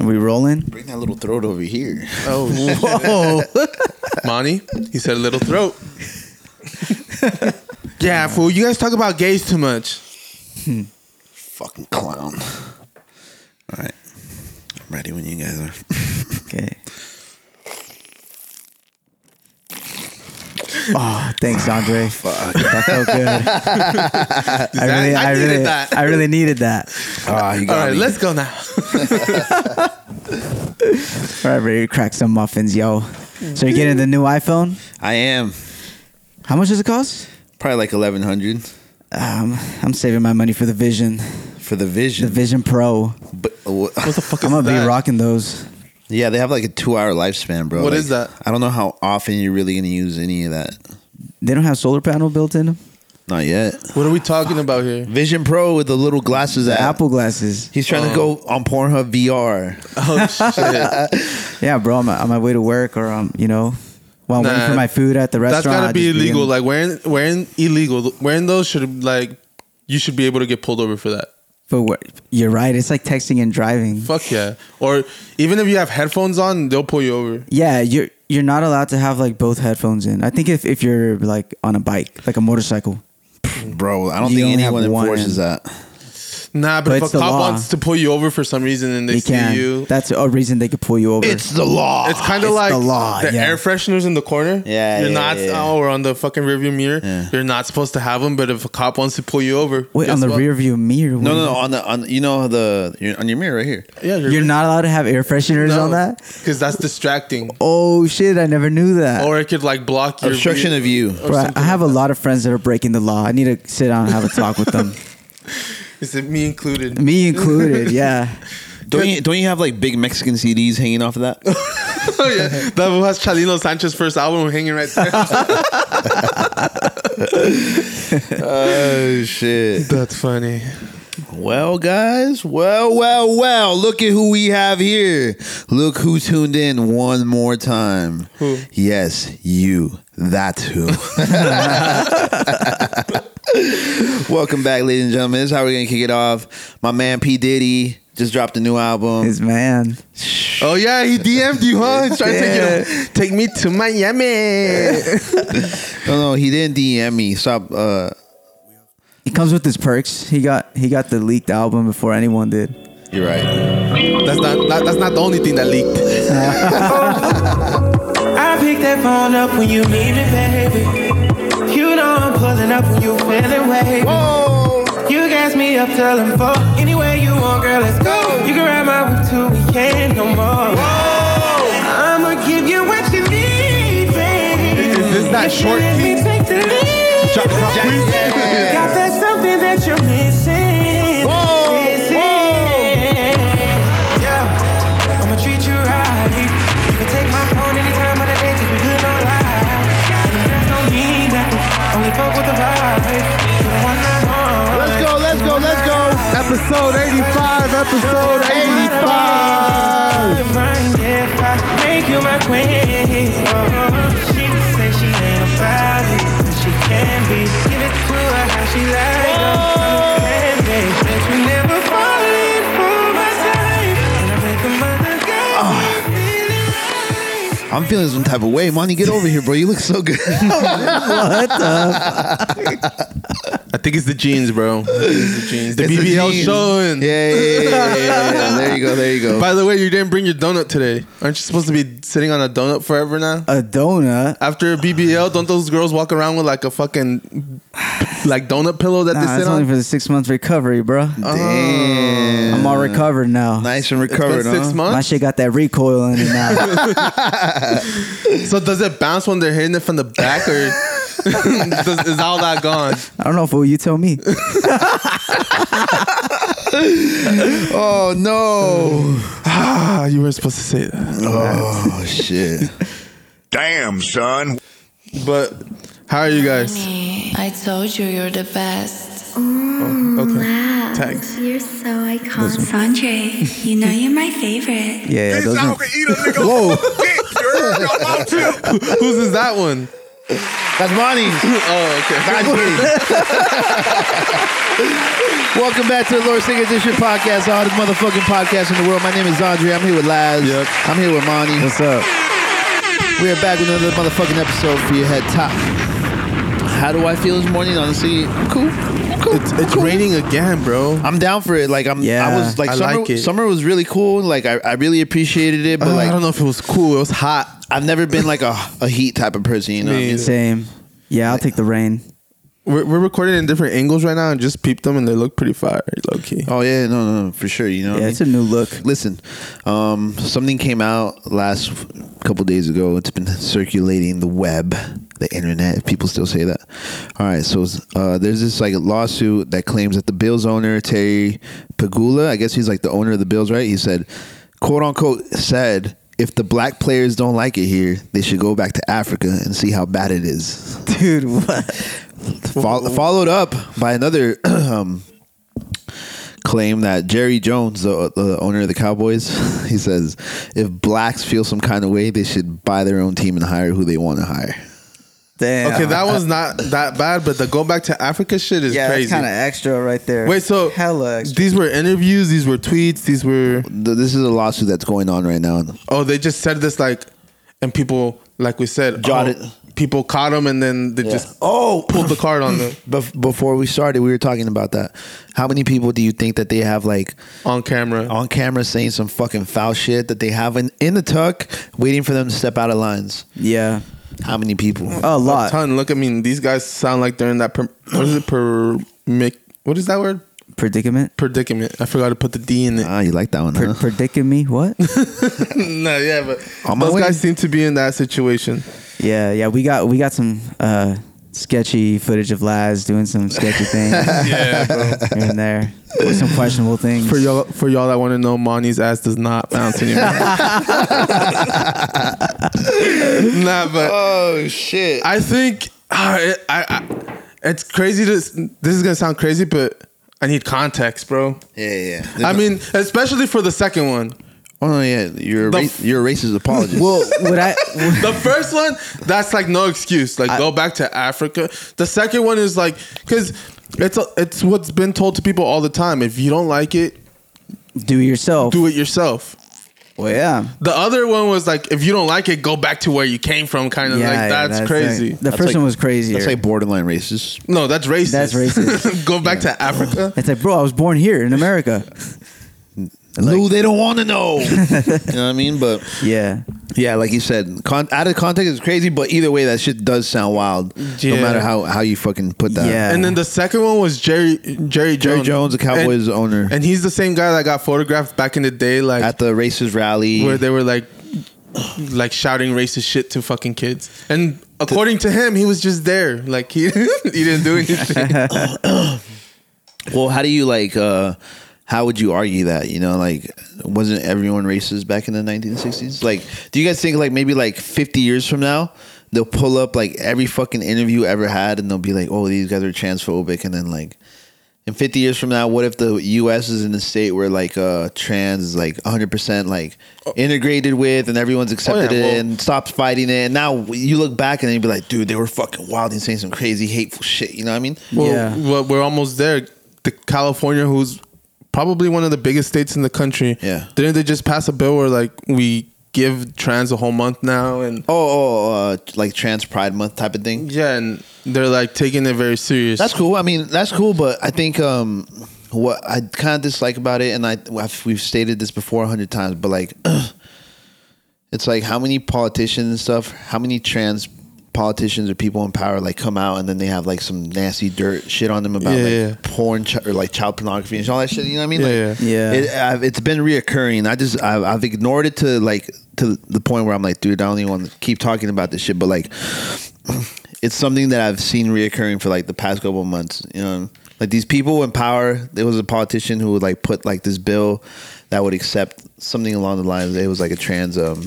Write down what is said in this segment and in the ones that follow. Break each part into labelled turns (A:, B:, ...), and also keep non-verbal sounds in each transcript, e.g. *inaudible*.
A: we
B: *laughs*
A: rolling?
B: Bring that little throat over here. *laughs*
A: Oh, whoa.
C: Monty, he said little throat. *laughs* yeah, fool. You guys talk about gays too much.
B: Fucking clown. All right. I'm ready when you guys are.
A: okay. Oh, thanks, Andre. Fuck. That felt good. I really,
C: I
A: I,
C: needed
A: really,
C: that.
A: I really needed that.
B: Ah, *laughs* you
C: All
B: got
C: right,
B: me.
C: let's go now.
A: All right, ready to crack some muffins, yo. So you're getting the new iPhone?
B: I am
A: How much does it cost?
B: probably like 1100
A: Um, I'm saving my money for the Vision,
B: for the
A: the
B: vision.
A: Vision Pro.
B: but what-
C: fuck
A: I'm
C: is
A: gonna
C: that?
A: be rocking those.
B: *laughs* yeah, they have like a two-hour lifespan, bro.
C: What
B: What
C: is
B: is
C: that?
B: I don't know how often you're really gonna use any of that.
A: They don't have solar panel built in them.
B: Not yet.
C: What are we talking about here?
B: Vision Pro with the little glasses.
A: The
B: app.
A: Apple glasses.
B: He's trying to go on Pornhub VR.
C: *laughs* Oh shit!
A: Yeah, bro. I'm on my way to work, or um, you know, while I'm
C: Nah,
A: waiting for my food at the restaurant.
C: That's gotta
A: I'll
C: be
A: just
C: illegal.
A: in-
C: Like wearing wearing illegal wearing those should like you should be able to get pulled over for that.
A: but what- you're right. It's like texting and driving.
C: Fuck yeah! Or even if you have headphones on, they'll pull you over.
A: Yeah, you're you're not allowed to have like both headphones in. I think if if you're like on a bike, like a motorcycle.
B: Bro, I don't
A: You
B: think
A: only have
B: anyone
A: one.
B: enforces that.
C: Nah, but,
A: But
C: if a
A: it's the
C: cop
A: law.
C: wants to pull you over for some reason and they,
A: They
C: see
A: can.
C: you,
A: That's a reason they could pull you over.
B: Ah, It's the law.
C: it's kind of
A: it's
C: like
A: the law, yeah.
C: air fresheners in the corner.
B: Yeah,
C: you're
B: yeah,
C: not.
B: yeah.
C: Oh, or on the fucking rearview mirror,
B: Yeah.
C: you're not supposed to have them. But if a cop wants to pull you over,
A: Wait, on
C: guess
A: the
C: what?
A: rear view mirror. what
B: no,
A: do
B: no,
A: you-
B: no. On the on, you know the you're, on your mirror right here.
C: yeah,
A: You're not allowed to have air fresheners on that.
C: because that's distracting.
A: Oh shit! I never knew that.
C: Or it could like block your
B: Obstruction of view.
C: or
A: Bro, I
C: something
A: have a
C: like
A: lot of friends that are breaking the law. I need to sit down and have a talk with
C: *laughs*
A: them,
C: that. Is it me included? *laughs*
A: me included. Yeah.
B: Don't you don't you have like big Mexican CDs hanging off of that?
C: oh yeah, that was Chalino Sanchez's first album hanging right there.
B: *laughs* oh shit.
C: *laughs* That's funny.
B: Well, guys, well, well, well, look at who we have here. Look who tuned in one more time.
C: Who?
B: Yes, you. That's *laughs* who. Welcome back, ladies and gentlemen. This is how we're going to kick it off. My man P. Diddy just dropped a new album.
A: His
C: *laughs*
A: man.
C: Oh yeah, he DM'd you, huh? He's trying to
A: Yeah.
C: take, you to- take me to Miami.
B: no, Oh, no, he didn't DM me. Stop. Uh,
A: He comes with his perks. He got he got the leaked album before anyone did.
B: you're right.
C: That's not that, that's not the only thing that leaked.
D: I pick that phone up when you need it, baby. You know I'm pulling up when you feeling wavy. You gas me up till I'm full. Anywhere you want, girl, let's go. You can ride my whip till we can't no more. I'ma give you what you need, baby.
C: Is this that
D: If you
C: short
D: let me take the lead.
C: Jack- Jack-
D: baby. Got that something that you're missing. Missing.
B: Oh!
D: Yeah, I'ma treat you right. You can take my phone anytime of the day, 'cause we good on life. And the girls don't need nothing, only fuck with the vibe. You the one I want.
B: Let's go, let's go, let's go.
C: Episode eighty five. Episode
D: Mind if I make you my queen? Oh, she say she ain't about it, but she can be. Give it to her how she like. I'm a plan B. Bet you never falling for my type. And I make a mother guy feeling right.
B: I'm feeling some type of way. Monty, get over here, bro. You look so
C: *laughs*
B: good.
C: I think it's the jeans, bro. It's the jeans. The
B: It's the
C: BBL
B: jeans.
C: showing.
B: Yeah, yeah, yeah, yeah, yeah, yeah. There you go, there you go.
C: By the way, you didn't bring your donut today. Aren't you supposed to be sitting on a donut forever now?
A: A donut.
C: After a BBL, don't those girls walk around with like a fucking like donut pillow that
A: Nah,
C: they
A: that's
C: sit
A: only
C: on? Uh-huh.
A: for the six month recovery, bro.
B: Damn.
A: I'm all recovered now.
B: Nice and
C: uh, It's been
B: recovered, huh?
C: six
A: My
C: months.
A: shit got that recoil in it
C: *laughs*
A: now.
C: So does it bounce when they're hitting it from the back, or *laughs* does, is all that gone?
A: I don't know, fool. You tell
C: *laughs*
A: me.
B: Oh no!
C: Ah, you weren't supposed to say that.
B: Oh
C: *laughs*
B: shit!
E: Damn, son.
C: But how are you guys?
F: I told you you're the best.
C: Okay.
G: Wow.
C: Tag.
G: You're so iconic. Sandre, you know you're my favorite.
A: Yeah, those
C: *laughs*
E: Bitch, I
A: are,
E: can eat a nigga. Whoa. Dick, girl. I want to.
C: Whose is that one?
B: That's Monty.
C: oh, okay.
B: I'm kidding. *laughs* Welcome back to the Lord Singer Edition podcast, the hottest motherfucking podcast in the world. My name is Andre. I'm here with Laz.
C: Yep.
B: I'm here with Monty.
A: What's up?
B: We are back with another motherfucking episode for your head top. How do I feel this morning? Honestly, cool. cool.
C: It's, it's
B: cool.
C: raining again, bro.
B: I'm down for it. Like I'm.
A: Yeah,
B: I was like
C: I
B: summer.
C: like it.
B: Summer was really cool. Like I, I really appreciated it. But
C: Uh,
B: like
C: I don't know if it was cool. It was hot.
B: I've never been like a, a heat type of person. You know. What I
C: Me
B: mean?
C: either.
A: Same. Yeah, I'll take the rain.
C: We're, we're recording in different angles right now and just peeped them and they look pretty fire, low key.
B: Oh yeah, no, no, no, for sure. You know. what I
A: Yeah,
B: mean?
A: it's a new look.
B: Listen, um, something came out last couple days ago. It's been circulating the web, the internet. If people still say that, all right. So uh, there's this like lawsuit that claims that the Bills owner Terry Pagula, I guess he's like the owner of the Bills, right? He said, quote unquote, said. If the black players don't like it here, they should go back to Africa and see how bad it is.
A: Dude, what?
B: Fol- followed up by another *clears throat* um, claim that Jerry Jones, the, the owner of the Cowboys, *laughs* he says if blacks feel some kind of way, they should buy their own team and hire who they want to hire.
A: Damn.
C: Okay, that one's not that bad, but the go back to Africa shit is
A: yeah,
C: crazy.
A: that's kind of extra right there.
C: Wait, so
A: hella extra.
C: these were interviews, these were tweets, these were
B: Th- This is a lawsuit that's going on right now.
C: oh, they just said this like, and people like we said,
B: Jot
C: oh,
B: it.
C: people caught them and then they just
B: oh,
C: pulled the card on them
B: bef- before we started, we were talking about that. How many people do you think that they have like
C: on camera.
B: on camera saying some fucking foul shit that they have in, in the tuck, waiting for them to step out of lines?
A: Yeah,
B: How many people?
A: a lot.
C: ton. Look, I mean, these guys sound like they're in that. Per, what is it? Per mic, What is that word?
A: Predicament.
C: Predicament. I forgot to put the D in it.
B: Ah, you like that one?
A: Per-
C: Uh-huh.
B: huh?
A: predicament. me? What?
C: *laughs* no, yeah, but
B: On my
C: those
B: way.
C: guys seem to be in that situation.
A: yeah, yeah. We got we got some uh, sketchy footage of Laz doing some
C: *laughs*
A: sketchy things
C: Yeah, bro.
A: here and there, some questionable things.
C: For y'all, for y'all that want to know, Monty's ass does not bounce anymore. *laughs* nah, but
B: Oh shit!
C: I think ah, it, I, I, it's crazy. To, this is gonna sound crazy, but I need context, bro.
B: Yeah, yeah.
C: I mean, especially for the second one.
B: oh yeah, you're a
C: The
B: ra-
C: f-
B: you're a racist apologist.
A: well, would I?
C: The first one, that's like no excuse. Like go back to Africa. The second one is like because it's a, it's what's been told to people all the time. If you don't like it,
A: do yourself.
C: do it yourself.
A: well, yeah.
C: The other one was like, if you don't like it, go back to where you came from. Kind of
A: yeah,
C: like
A: yeah,
C: that's,
A: like-
C: crazy.
A: the first
B: like-
A: one was crazier.
B: that's like borderline racist.
C: no, that's racist.
A: That's racist.
C: *laughs* go back to Africa.
A: it's like, bro, I was born here in
C: *laughs*
A: America.
B: no, they don't want to know. *laughs* you know what I mean? But
A: Yeah,
B: yeah, like you said, con- out of context is crazy. But either way, that shit does sound wild. No
C: Yeah.
B: matter how how you fucking put that.
A: Yeah.
C: And then the second one was Jerry Jerry Jones.
B: Jerry Jones, the Cowboys
C: And,
B: owner,
C: and he's the same guy that got photographed back in the day, like
B: at the racist rally.
C: where they were like like shouting racist shit to fucking kids. And according to him, he was just there. Like he *laughs* he didn't do anything.
B: well, how do you like? uh how would you argue that? You know, like, wasn't everyone racist back in the 1960s? Like, do you guys think, like, maybe like 50 years from now, they'll pull up like every fucking interview ever had and they'll be like, oh, these guys are transphobic. And then, like, in 50 years from now, what if the US is in a state where like uh, trans is like 100% like integrated with and everyone's accepted
C: Oh, yeah,
B: it
C: well-
B: and stops fighting it? And now you look back and then you'd be like, dude, they were fucking wild and saying some crazy, hateful shit. You know what I mean?
C: well,
A: Yeah.
C: well, we're almost there. The California, who's probably one of the biggest states in the country,
B: Yeah.
C: didn't they just pass a bill where like we give trans a whole month now and
B: Oh, oh uh, like Trans Pride Month type of thing.
C: yeah, and they're like taking it very serious.
B: That's cool. I mean, that's cool, but I think um, what I kind of dislike about it, and I I've- we've stated this before a hundred times, but like, *clears throat* it's like how many politicians and stuff, how many trans politicians or people in power like come out and then they have like some nasty dirt shit on them about
C: Yeah,
B: like
C: yeah.
B: porn ch- or like child pornography and all that shit. You know what I mean?
C: Yeah,
B: like,
A: yeah. Yeah.
B: It, I've, it's been reoccurring. I just I've, I've ignored it to like to the point where I'm like, dude, I don't even want to keep talking about this shit, but like it's something that I've seen reoccurring for like the past couple of months. You know, like these people in power. There was a politician who would like put like this bill that would accept something along the lines. It was like a trans um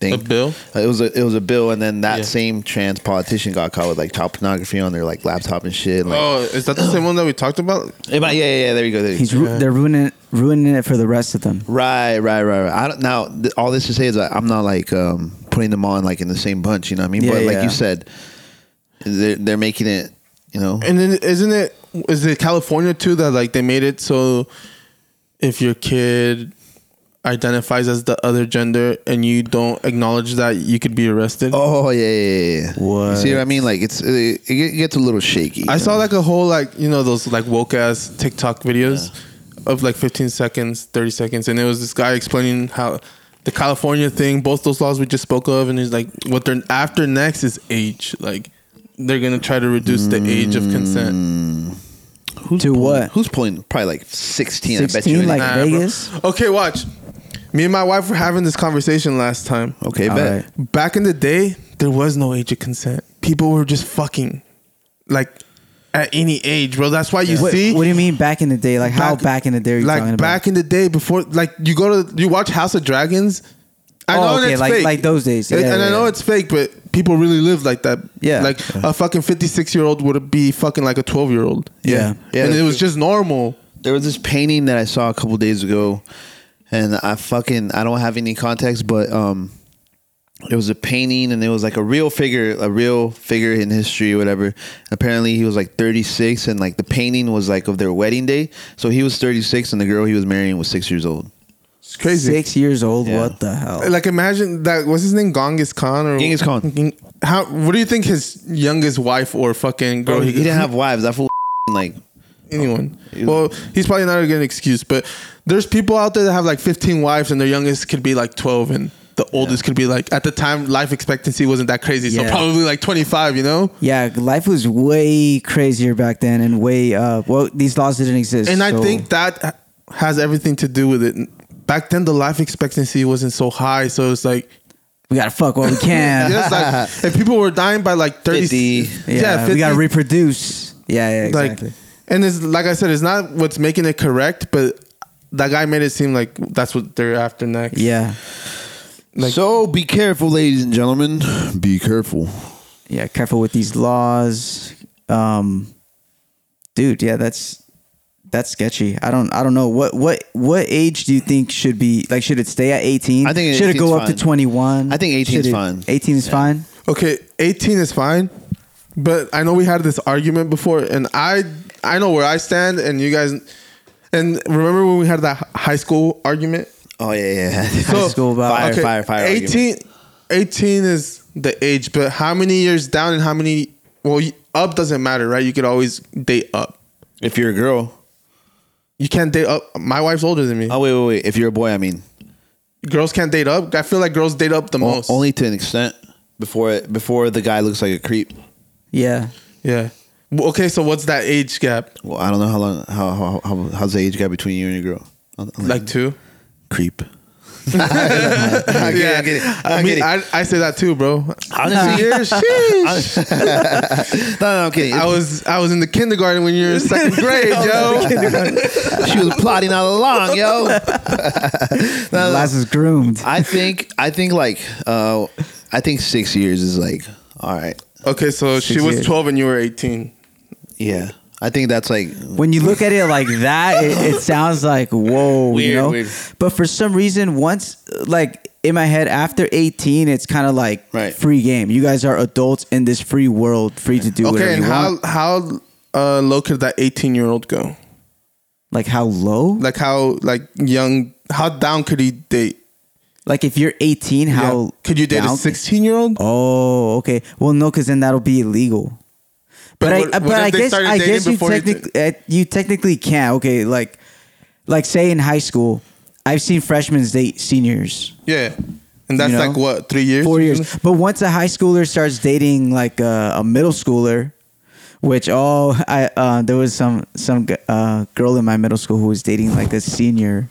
B: thing.
C: A bill?
B: Uh, It was a it was a bill, and then that
C: Yeah.
B: same trans politician got caught with like child pornography on their like laptop and shit. Like,
C: Oh, is that the same one that we talked about?
B: It might- yeah, yeah, yeah. There you go. There you go.
A: he's ru- they're ruining it, ruining it for the rest of them.
B: Right, right, right, right. I don't, now, th- all this to say is that I'm not like um, putting them on like in the same bunch. You know what I mean?
A: Yeah,
B: but like
A: yeah.
B: you said, They're, they're making it, you know.
C: And then isn't it is it California too that like they made it so if your kid identifies as the other gender and you don't acknowledge that you could be arrested?
B: Oh yeah, yeah, yeah.
A: What?
B: See what I mean? Like it's it, it get- gets a little shaky.
C: I saw like a whole like you know those like woke ass TikTok videos of like 15 seconds, 30 seconds, and it was this guy explaining how the California thing, both those laws we just spoke of, and he's like, what they're after next is age, like. They're gonna try to reduce the age of
B: Mm.
C: consent.
B: who's
A: To
B: pulling-
A: what?
B: Who's pulling? Probably like sixteen. I bet
A: 16,
B: you.
A: like
C: Nah, bro.
A: Vegas.
C: Okay, watch. Me and my wife were having this conversation last time.
B: okay,
A: All
B: bet.
A: right.
C: back in the day, there was no age of consent. People were just fucking, like, at any age, bro. That's why you
A: What,
C: see,
A: what do you mean back in the day? Like how back in the day are you
C: like
A: talking about?
C: back in the day before, like you go to you watch House of Dragons. I
A: Oh,
C: know
A: okay,
C: it's
A: like-
C: fake.
A: like those days.
C: And-
A: Yeah,
C: and
A: yeah,
C: I know
A: yeah.
C: it's fake, but people really live like that.
A: Yeah.
C: like a fucking fifty-six year old would be fucking like a twelve-year-old.
A: Yeah.
B: Yeah.
C: and it was just normal.
B: There was this painting that I saw a couple days ago, and I fucking I don't have any context, but um, it was a painting and it was like a real figure, a real figure in history, whatever. Apparently, he was like 36, and like the painting was like of their wedding day. So he was 36, and the girl he was marrying was six years old.
C: It's crazy.
A: six years old.
B: Yeah.
A: What the hell?
C: Like imagine that. What's his name? Genghis Khan or
B: Genghis Khan.
C: How? What do you think his youngest wife or fucking
A: Oh,
C: girl?
B: Bro, Oh, he, didn't have wives. That fool *laughs* like
C: anyone. Well, he's probably not a good excuse, but there's people out there that have like 15 wives and their youngest could be like 12 and the oldest could be like at the time life expectancy wasn't that crazy, so
A: Yeah.
C: probably like 25, you know?
A: yeah, life was way crazier back then, and way uh, well, these laws didn't exist.
C: And I
A: so-
C: think that ha- has everything to do with it. Back then the life expectancy wasn't so high, so it's like
A: we gotta fuck
B: *laughs*
A: what we can.
C: yes,
A: *laughs*
C: like if people were dying by like 30
B: 50.
A: yeah, we gotta reproduce. Yeah, yeah, exactly.
C: Like, and it's like I said, it's not what's making it correct, but that guy made it seem like that's what they're after next.
A: yeah,
C: Like-
B: so be careful, ladies and gentlemen. Be careful.
A: yeah. Careful with these laws, um, dude. Yeah, that's that's sketchy. I don't, I don't know what what what age do you think should be like? Should it stay at eighteen?
B: I think
A: should it go
B: 18 's
A: up to
B: fine.
A: twenty one?
B: I think 18 's fine.
A: Eighteen is fine.
C: Okay, 18 is fine, but I know we had this argument before, and I I know where I stand, and you guys, and remember when we had that hi- high school argument?
B: Oh yeah, yeah. *laughs*
A: High school about-
B: fire, fire, fire. argument.
C: 18, 18 is the age, but how many years down and how many? Well, you- up doesn't matter, right? You could always date up.
B: If you're a girl.
C: You can't date up. My wife's older than me.
B: Oh wait, wait, wait. If you're a boy, I mean,
C: Girls can't date up. I feel like girls date up the
B: O-
C: most.
B: only to an extent. Before it, before the guy looks like a creep.
A: Yeah.
C: yeah. Well, Okay, so what's that age gap?
B: Well, I don't know how long how how, how how's the age gap between you and your girl. I'm- I'm
C: Like two?
B: *laughs* creep. I get it. I get it. I
C: I
B: get
C: mean,
B: it.
C: I, I say that too, bro.
B: *laughs* Honestly,
C: Yeah,
B: *laughs*
C: sheesh.
B: no, no, I'm kidding.
C: I was I was in the kindergarten when
A: *laughs*
C: you were in second grade, yo.
B: she was plotting all along, yo. *laughs* No, no.
A: Laz is groomed.
B: I think I think like uh, I think six years is like all right.
C: Okay, so she
A: Six
C: was
A: years.
C: twelve and you were eighteen.
B: Yeah, I think that's like
A: when you look at it like that,
C: *laughs*
A: it, it sounds like whoa, you
B: Weird,
A: know.
B: weird.
A: But for some reason, once like in my head, after eighteen, it's kind of like
B: Right.
A: free game. You guys are adults in this free world, free to do whatever
C: Okay, and
A: you
C: how
A: want.
C: how uh, low could that eighteen year old go?
A: Like how low?
C: Like how like young? How down could he date?
A: Like if you're eighteen, how
C: Yeah. could you date a
A: down-
C: sixteen year old?
A: Oh, okay. Well, no, because then that'll be illegal. But,
C: what-
A: I,
C: what
A: but
C: if
A: I
C: they
A: guess
C: started
A: I
C: dating
A: guess you
C: before you did-
A: technically uh, you technically can. Okay, like like say in high school, I've seen freshmen date seniors.
C: Yeah, and that's
A: You know?
C: like what three years?
A: four years. But once a high schooler starts dating like uh, a, a middle schooler, which all *laughs* I uh, there was some some g- uh, girl in my middle school who was dating like a senior.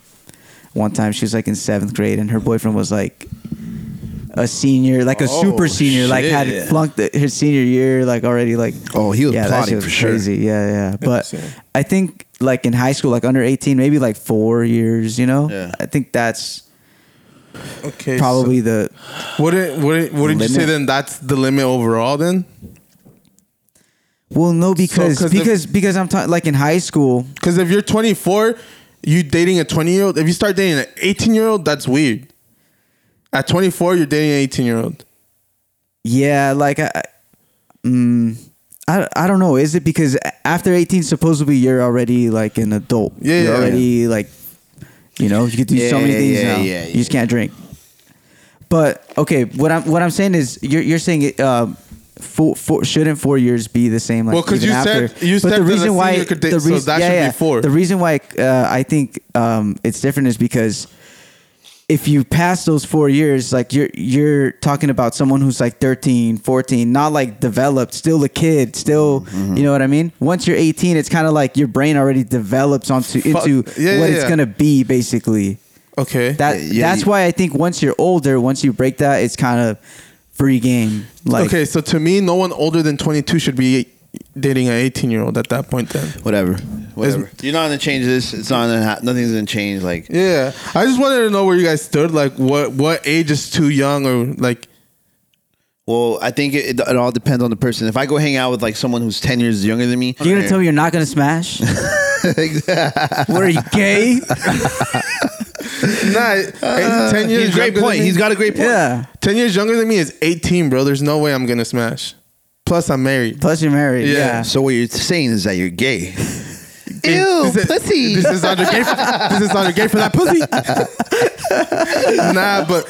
A: One time she was like in seventh grade, and her boyfriend was like a senior, like a super senior, like had
B: Oh, shit.
A: flunked the, his senior year, like already like.
B: oh he was
A: yeah, that
B: plotting
A: shit was
B: for sure.
A: crazy. Yeah,
B: *laughs*
A: yeah. But
C: so-
A: I think like in high school, like under eighteen, maybe like four years. You know,
B: Yeah.
A: I think that's
C: Okay,
A: probably the
C: So wouldn't wouldn't wouldn't you say
A: Limit.
C: then that's the limit overall? Then
A: Well, no, because
C: 'cause the-
A: because because I'm talking like in high school.
C: because if you're twenty four, you dating a twenty year old. If you start dating an eighteen year old, that's weird. At twenty four, you're dating an eighteen year old.
A: Yeah, like I, mm, I, I don't know. Is it because a- after 18, supposedly you're already like an adult?
C: Yeah,
A: You're
C: yeah,
A: already like, you know, you could do so
B: Yeah,
A: many things
B: yeah,
A: now.
B: yeah,
A: You just can't drink. But okay, what I'm what I'm saying is you're you're saying it. Um, Four, four, shouldn't four years be the same? Like
C: Well, 'cause
A: even
C: you
A: after?
C: said- you
A: but
C: said
A: the
C: that a
A: reason why
C: senior could date,
A: the
C: so
A: reason-
C: that
A: yeah,
C: should be
A: yeah.
C: four.
A: The reason why uh, I think um, it's different is because if you pass those four years like you're you're talking about someone who's like 13 14 not like developed still a kid still
C: Mm-hmm.
A: you know what i mean once you're 18 it's kind of like your brain already develops onto into
C: Yeah, yeah,
A: what it's
C: yeah.
A: gonna be basically
C: Okay.
A: that
B: Yeah, yeah,
A: that's
B: you-
A: why i think once you're older once you break that it's kind of free game like
C: okay, so to me, no one older than 22 should be dating an 18 year old at that point. Then.
B: Whatever. Whatever. You're not gonna change this. It's not gonna. Ha- nothing's gonna change. Like
C: Yeah, I just wanted to know where you guys stood. Like, what what age is too young, or like,
B: Well, I think it, it, it all depends on the person. If I go hang out with like someone who's ten years younger than me,
A: you're gonna tell me you're not gonna
C: *laughs*
A: smash what are you gay
C: nah, eight-
B: uh, he's a great
C: ten years. younger than
B: point.
C: me-
B: He's got a great point.
A: yeah
C: ten years younger than me is 18, bro. There's no way I'm gonna smash. Plus, I'm married.
A: plus you're married
C: Yeah.
A: yeah,
B: So what you're saying is that you're gay.
C: this is, This is not a gay. For, this is not a gay for that pussy. nah, but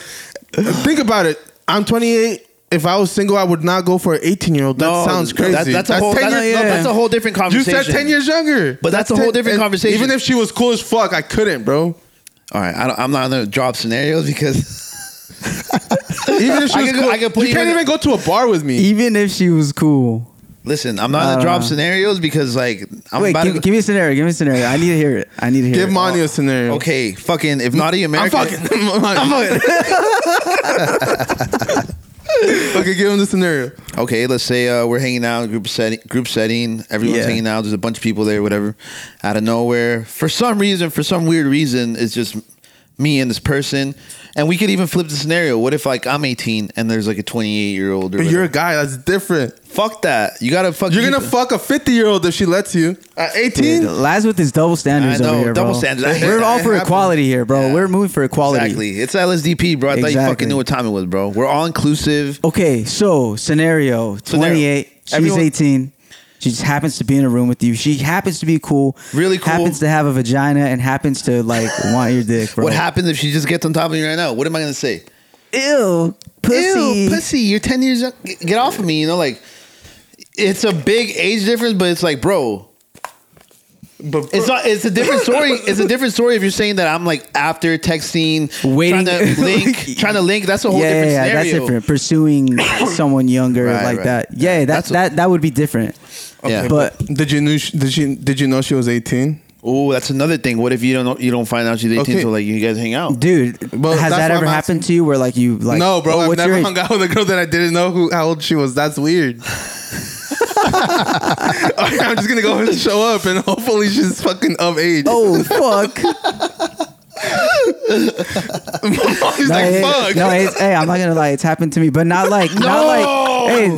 C: think about it. I'm 28. If I was single, I would not go for an 18 year old. That sounds crazy.
B: That, that's a whole.
C: 10
B: That's,
C: years-
B: no,
C: no,
B: that's a whole different
C: You
B: conversation.
C: said 10 years younger.
B: But that's a whole
C: 10
B: different
C: and
B: conversation.
C: Even if she was cool as fuck, I couldn't, bro.
B: All right, I don't, I'm not gonna drop scenarios because
C: Even if she
B: I
C: was
B: could go-
C: cool,
B: I could put
C: you
B: you
C: can't
B: in-
C: even go to a bar with me.
A: even if she was cool
B: listen, I'm not gonna
A: don't
B: drop
A: know.
B: scenarios because like I'm
A: Wait,
B: about
A: give,
B: to.
A: give me a scenario. Give me a scenario. I need to hear it. I need to hear
C: Give
A: it.
C: Monty a scenario.
B: okay, fucking. If naughty
C: I'm
B: American, *laughs*
C: fucking. I'm fucking. *laughs* okay, give him the scenario.
B: okay, let's say uh, we're hanging out, group setting, group setting. Everyone's
A: Yeah.
B: hanging out. There's a bunch of people there, whatever. Out of nowhere, for some reason, for some weird reason, it's just me and this person. And we could even flip the scenario. What if like I'm 18 and there's like a 28 year old?
C: But you're a guy. That's different.
B: fuck that. You gotta fuck.
C: You're
B: you-
C: gonna fuck a 50 year old if she lets you at 18.
A: Dude, Laz with his double standards
B: I know,
A: over here,
B: double
A: bro.
B: standards. I hate
A: We're
B: that.
A: all
B: It
A: for
B: happens.
A: equality here, bro. We're moving for equality.
B: Exactly. It's LSDP, bro. I thought you
A: Exactly.
B: fucking knew what time it was, bro. We're all inclusive.
A: Okay, so scenario
B: Scenario.
A: 28. She's
B: Everyone-
A: 18. She just happens to be in a room with you. She happens to be cool.
B: Really cool.
A: Happens to have a vagina and happens to
B: *laughs*
A: like want your dick, bro.
B: What happens if she just gets on top of me right now? What am I gonna say?
A: Ew, pussy.
B: Ew, pussy, you're 10 years young. G- Get off of me, you know, like it's a big age difference, but it's like, bro,
C: But
B: it's not it's a different story. *laughs* It's a different story if you're saying that I'm like after texting,
A: Waiting-
B: trying
A: *laughs*
B: to link, trying to link, that's a whole
A: yeah, yeah,
B: different
A: yeah, that's
B: scenario.
A: different.
B: *coughs*
A: Pursuing someone younger
B: Right,
A: like
B: right.
A: that. Yeah, that,
B: That's a-
A: that that would be different.
B: Yeah.
A: But
C: did you knew? She, did she? Did you know she was 18?
B: Oh, that's another thing. What if you don't know, you don't find out she's 18
C: Okay.
B: until like you guys hang out?
A: dude
C: Well,
A: has
C: that's
A: that
C: why
A: ever
C: I'm
A: happened to you where like you like
C: no, bro.
A: oh,
C: I've
A: what's
C: never
A: your age?
C: hung out with a girl that I didn't know who how old she was. That's weird. *laughs* I'm just gonna go and show up, and hopefully she's fucking of age.
A: oh fuck
C: *laughs* He's
A: no,
C: like,
A: it-
C: fuck.
A: no it's, hey i'm not gonna lie it's happened to me but not like not like hey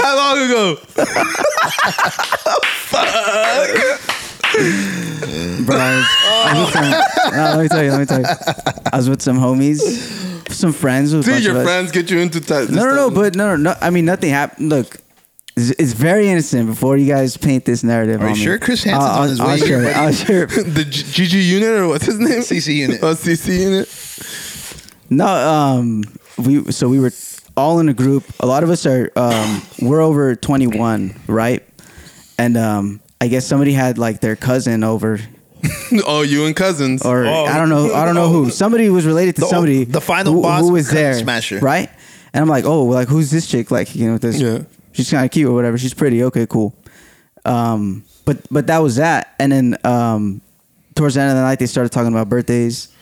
C: How long ago?
A: bro I was, I was with
C: *laughs*
A: some- no, let me tell you let me tell you i was with some homies some friends with a
C: Dude,
A: bunch of
C: your
A: us.
C: friends get you into that.
A: no no no but no no no i mean nothing happened look it's, it's very innocent before you guys paint this narrative
B: Are you
A: on me.
B: sure Chris Hansen's
A: I'll-
B: on his
A: I'll-
B: way
A: I'll
B: here,
A: share it,
B: buddy?
A: I'll share it.
C: the G- GG unit or what's his name?
B: CC unit.
C: Oh, CC unit. *laughs*
A: No, um, we so we were all in a group. A lot of us are um, we're over twenty one, right? And um, I guess somebody had like their cousin over,
C: Oh, you and cousins.
A: or
B: Oh.
A: I don't know, I don't know
B: *laughs*
A: who. Somebody was related to
B: The-
A: somebody.
B: the final
A: who,
B: boss
A: who was
B: cousin
A: there,
B: smasher.
A: right? And I'm like, oh, like who's this chick? Like you know, with this
C: Yeah.
A: she's kind of cute or whatever. She's pretty. Okay, cool. Um, but but that was that. And then um, towards the end of the night, they started talking about birthdays.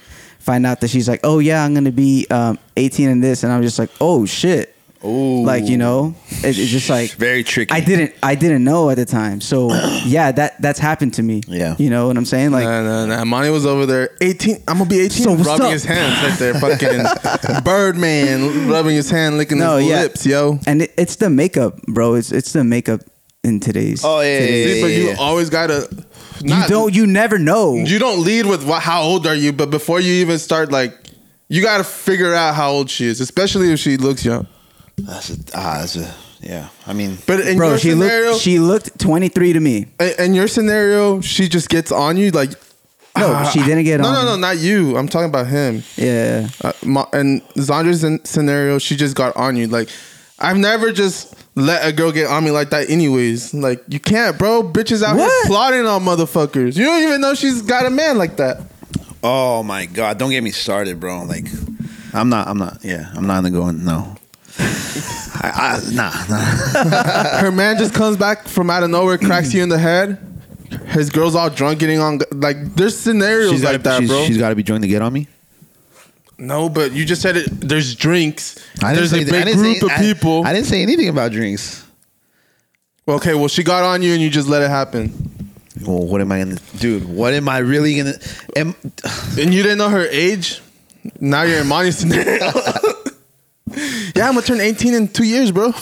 A: Find out that she's like, oh yeah, I'm gonna be um, 18 and this, and I'm just like, oh shit.
B: Ooh.
A: Like you know, it, it's just like
B: Very tricky.
A: I didn't I didn't know at the time. So *clears throat* yeah, that that's happened to me.
B: Yeah.
A: you know what I'm saying? Like
C: Nah, nah, nah. Monty was over there. 18. I'm gonna be 18.
A: So what's
C: rubbing
A: up?
C: his hands right
A: *laughs*
C: there. Fucking Birdman rubbing his hand, licking
A: no,
C: his
A: yeah,
C: lips, yo.
A: And it, it's the makeup, bro. It's it's the makeup in today's.
B: Oh yeah, yeah,
C: See,
B: yeah,
C: but
B: yeah,
C: you
B: yeah.
C: always gotta.
A: you
C: not-
A: don't. You never know.
C: You don't lead with what, how old are you, but before you even start, like, you gotta figure out how old she is, especially if she looks young.
B: That's a, ah, that's a yeah. I mean,
C: But in
A: Bro,
C: your
A: she
C: scenario,
A: looked she looked 23 to me.
C: in- in your scenario, she just gets on you like.
A: No,
C: ah,
A: she didn't get
C: no,
A: on
C: No, no,
A: him.
C: not you. I'm talking about him.
A: Yeah.
C: Uh, my, and Zandra's in- scenario, she just got on you. Like, I've never just let a girl get on me like that. Anyways, like you can't, bro. Bitches out
A: What?
C: here plotting on motherfuckers. You don't even know she's got a man like that.
B: oh my god, don't get me started, bro. Like, I'm not, I'm not, yeah, I'm not going. No, I, I, nah, nah.
C: Her man just comes back from out of nowhere, cracks you in the head. His girl's all drunk, getting on. Like, there's scenarios
B: She's gotta-
C: like that,
B: she's-
C: bro.
B: she's got to be joined to get on me.
C: no, but you just said it. There's drinks.
B: I didn't
C: There's
B: say
C: a
B: that- I
C: big
B: didn't say-
C: group of
B: I-
C: people.
B: I didn't say anything about drinks.
C: okay, well, she got on you, and you just let it happen.
B: Well, what am I gonna, dude? What am I really gonna? Am, *sighs*
C: And you didn't know her age. Now you're in Monty's *laughs* scenario. yeah, I'm gonna turn 18 in two years, bro.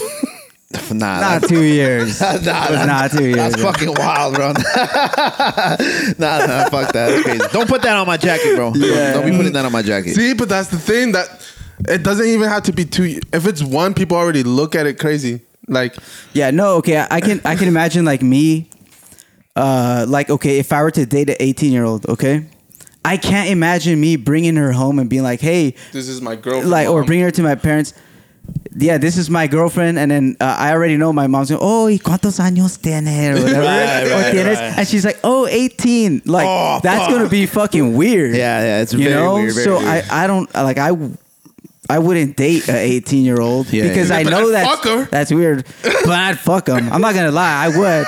B: nah,
A: Not 2 years.
B: *laughs* nah, nah,
A: Not 2 years.
B: that's fucking wild, bro. *laughs* nah, nah, fuck that. That's crazy. Don't put that on my jacket, bro.
A: Yeah.
B: Don't, don't be putting that on my jacket.
C: *laughs* See, but that's the thing that it doesn't even have to be two. If it's one, people already look at it crazy. Like,
A: Yeah, no, okay. I, I can I can imagine like me uh like okay, if I were to date an 18-year-old, okay? I can't imagine me bringing her home and being like, "Hey,
C: this is my girlfriend.
A: like or
C: Mom.
A: bring her to my parents. Yeah, this is my girlfriend, and then uh, I already know my mom's going, "Oh, ¿y cuántos años tiene?" or whatever.
B: *laughs* Right,
A: "Oh,
B: right,
A: tienes?"
B: right.
A: And she's like, "Oh, 18." Like
B: Oh,
A: that's
B: fuck.
A: gonna be fucking weird.
B: Yeah, yeah, it's
A: you
B: very
A: know.
B: weird, very
A: so
B: weird.
A: I, I don't like I, w- I wouldn't date an 18 year old
B: Yeah,
A: because
B: yeah.
A: I
B: But
A: know
C: I'd
A: that's
C: fuck her.
A: that's weird. But I'd fuck him. I'm not gonna lie, I
C: *laughs*
A: would.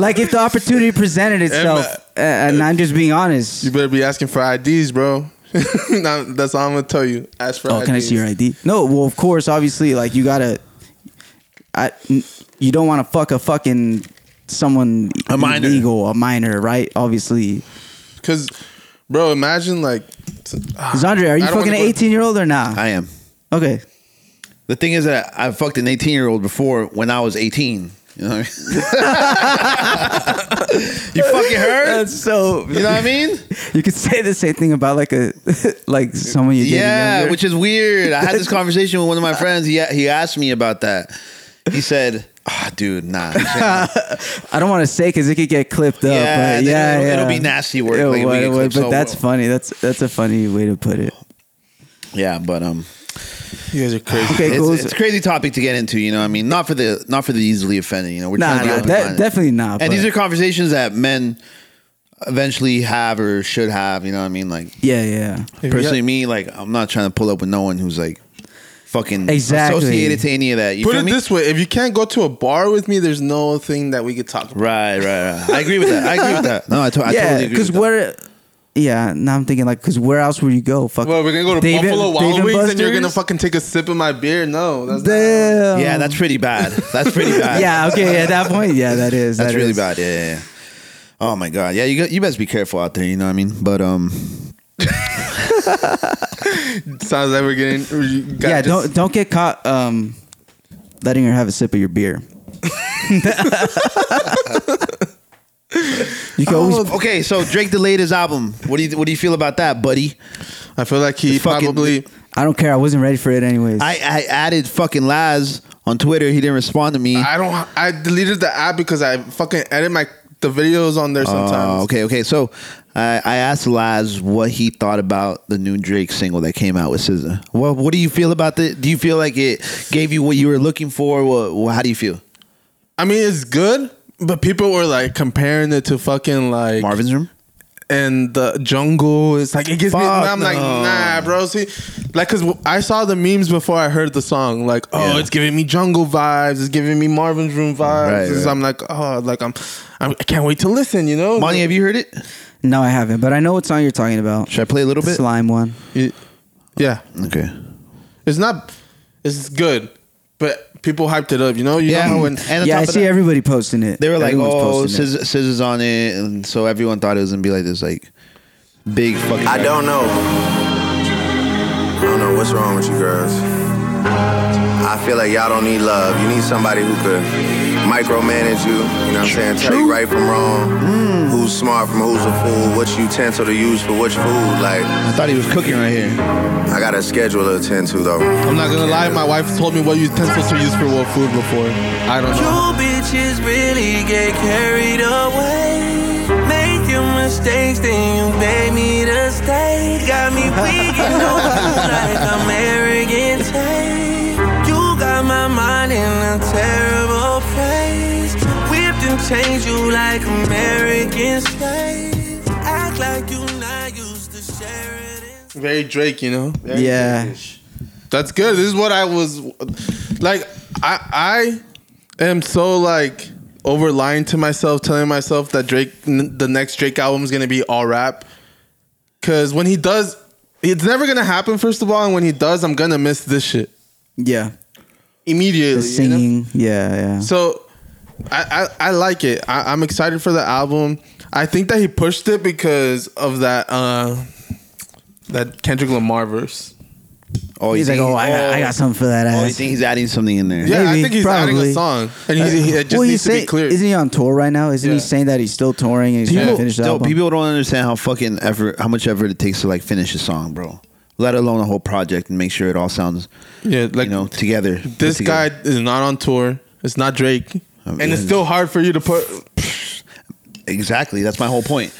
A: like if the opportunity presented itself, uh, and I'm just being honest.
C: You better be asking for IDs, bro. *laughs* Nah, that's all I'm gonna tell you. Ask for.
A: Oh, can I see your ID? No, well, of course, obviously, like you gotta, I, n- you don't want to fuck a fucking someone
B: A minor.
A: illegal, a minor, right? Obviously,
C: Because, bro, imagine like.
A: Zandre, are you
C: I don't
A: fucking an
C: wanna go-
A: eighteen year old or not?
B: I am.
A: okay,
B: The thing is that I fucked an 18 year old before when I was 18. You know what I mean? *laughs* you fucking heard?
A: so
B: You know what I mean?
A: you could say the same thing about like a *laughs* like someone you dated
B: Yeah,
A: younger.
B: which is weird. I had this conversation with one of my friends. He he asked me about that. He said, "Ah, dude, nah."
A: *laughs*
B: yeah,
A: I don't want to say because it could get clipped up.
B: Yeah,
A: but yeah,
B: it'll-
A: yeah.
B: it'll be nasty work,
A: It
B: like, if we
A: would,
B: get
A: it would,
B: clipped,
A: but
B: so
A: that's
B: well.
A: funny. That's that's a funny way to put it.
B: Yeah, but um,
C: You guys are crazy.
A: Okay,
B: it's,
A: cool.
B: it's a crazy topic to get into. You know, what I mean, not for the not for the easily offended. You know, we're
A: Nah,
B: trying to
A: nah,
B: be
A: de-
B: open-minded.
A: definitely not. but-
B: And these are conversations that men eventually have or should have. You know what I mean? Like
A: yeah, yeah.
C: you
B: personally, me, like I'm not trying to pull up with no one who's like fucking
A: Exactly.
B: associated to any of that. You
C: Put
B: feel
C: it
B: me?
C: this way: if you can't go to a bar with me, there's no thing that we could talk about.
B: Right, right, right. I agree with that. I agree with that. No, I, to- I totally
A: yeah,
B: agree. with
A: because
B: that.
A: where? Yeah, now I'm thinking like, because where else would you go? Fuck.
C: Well, we're gonna go to
A: Dave and-
C: Buffalo
A: Dave
C: Wild Wings, and you're gonna
A: Buster's?
C: fucking take a sip of my beer. No, that's not.
A: Damn.
B: Yeah, that's pretty bad. That's
A: *laughs*
B: pretty bad.
A: um, yeah. Okay. At that point, yeah, that is.
B: that's
A: that
B: really
A: is.
B: bad. Yeah, yeah, yeah. Oh my god. Yeah, you got, you best be careful out there. You know what I mean? But um,
C: Sounds like we're getting. you got
A: yeah.
C: just-
A: Don't don't get caught. Um, letting her have a sip of your beer. you
B: *laughs*
A: can always.
B: Oh, okay. So Drake delayed his album. What do you what do you feel about that, buddy?
C: I feel like he
B: It's fucking-
C: probably.
A: I don't care. I wasn't ready for it anyways.
B: I I added fucking Laz on Twitter. He didn't respond to me.
C: I don't. I deleted the app because I fucking edit my the videos on there
B: Uh,
C: sometimes.
B: okay, okay. So I I asked Laz what he thought about the new Drake single that came out with SZA. Well, what do you feel about the? Do you feel like it gave you what you were looking for? What, what, how do you feel? Oh.
C: I mean, it's good, but people were like comparing it to fucking like
B: Marvin's room.
C: and the jungle. It's like it gets me.
B: Fuck
C: I'm like,
B: no.
C: nah, bro. See, like, cause I saw the memes before I heard the song. Like, oh,
B: Yeah.
C: it's giving me jungle vibes. It's giving me Marvin's Room vibes.
B: Right,
C: So
B: right.
C: I'm like, oh, like I'm, I'm, I am i can not wait to listen. You know,
B: Monty, have you heard it?
A: no, I haven't. But I know what song you're talking about.
B: Should I play a little
A: The
B: bit?
A: slime one.
C: It- yeah,
B: Okay.
C: it's not, it's good, but people hyped it up. You know, you
B: Yeah.
C: know how
B: And
C: when.
B: on
A: yeah,
B: top
A: I
B: of
A: see
B: that,
A: everybody posting it.
B: They were like,
A: Everyone's
B: "Oh,
A: posting it.
B: scissors, scissors on it," and so everyone thought it was gonna be like this, like big fucking.
H: I don't know. I don't know what's wrong with you girls. I feel like y'all don't need love. You need somebody who could micromanage you. You know what I'm saying? Tell you right from wrong.
C: Mm.
H: Who's smart from who's a fool. Which utensil to use for which food. Like,
B: I thought he was cooking right here.
H: I got a schedule to attend to though.
C: I'm not gonna lie, my wife told me what utensils to use for what food before. I don't know.
D: You bitches really get carried away. Make your mistakes, then you beg me to stay. Got me bleeding over like American tape. You got my mind in a terrible place. Whipped and changed you like American slaves. Act like you not used to share it.
C: Very Drake, you know. Very
A: Yeah.
C: Drake-ish. that's good. This is what I was like. I I am so like over lying to myself, telling myself that Drake, n- the next Drake album is gonna be all rap. Cause when he does, it's never gonna happen. First of all, and when he does, I'm gonna miss this shit
A: Yeah.
C: immediately.
A: The
C: you know?
A: singing. Yeah, yeah.
C: So I, I, I like it. I, I'm excited for the album. I think that he pushed it because of that uh that Kendrick Lamar verse.
B: Oh, you
A: He's like,
B: think-
A: oh, I got, I got something for that
B: Oh, you
A: ass.
B: think he's adding something in there?
C: Yeah, I
A: Maybe,
C: think he's adding
A: probably.
C: a song, and he, he, it just
A: he's
C: needs to be
A: saying-
C: clear.
A: Isn't he on tour right now? Isn't
C: Yeah.
A: he saying that he's still touring and he's going to
B: People,
A: finish the
B: no,
A: album?
B: people don't understand how fucking effort, how much effort it takes to like finish a song, bro. Let alone a whole project and make sure it all sounds,
C: Yeah, like
B: you know, together.
C: this
B: put
C: guy
B: together.
C: is not on tour. It's not Drake,
A: Oh,
B: Um,
C: and it's
B: yeah.
C: still hard for you to put
B: exactly. That's my whole point.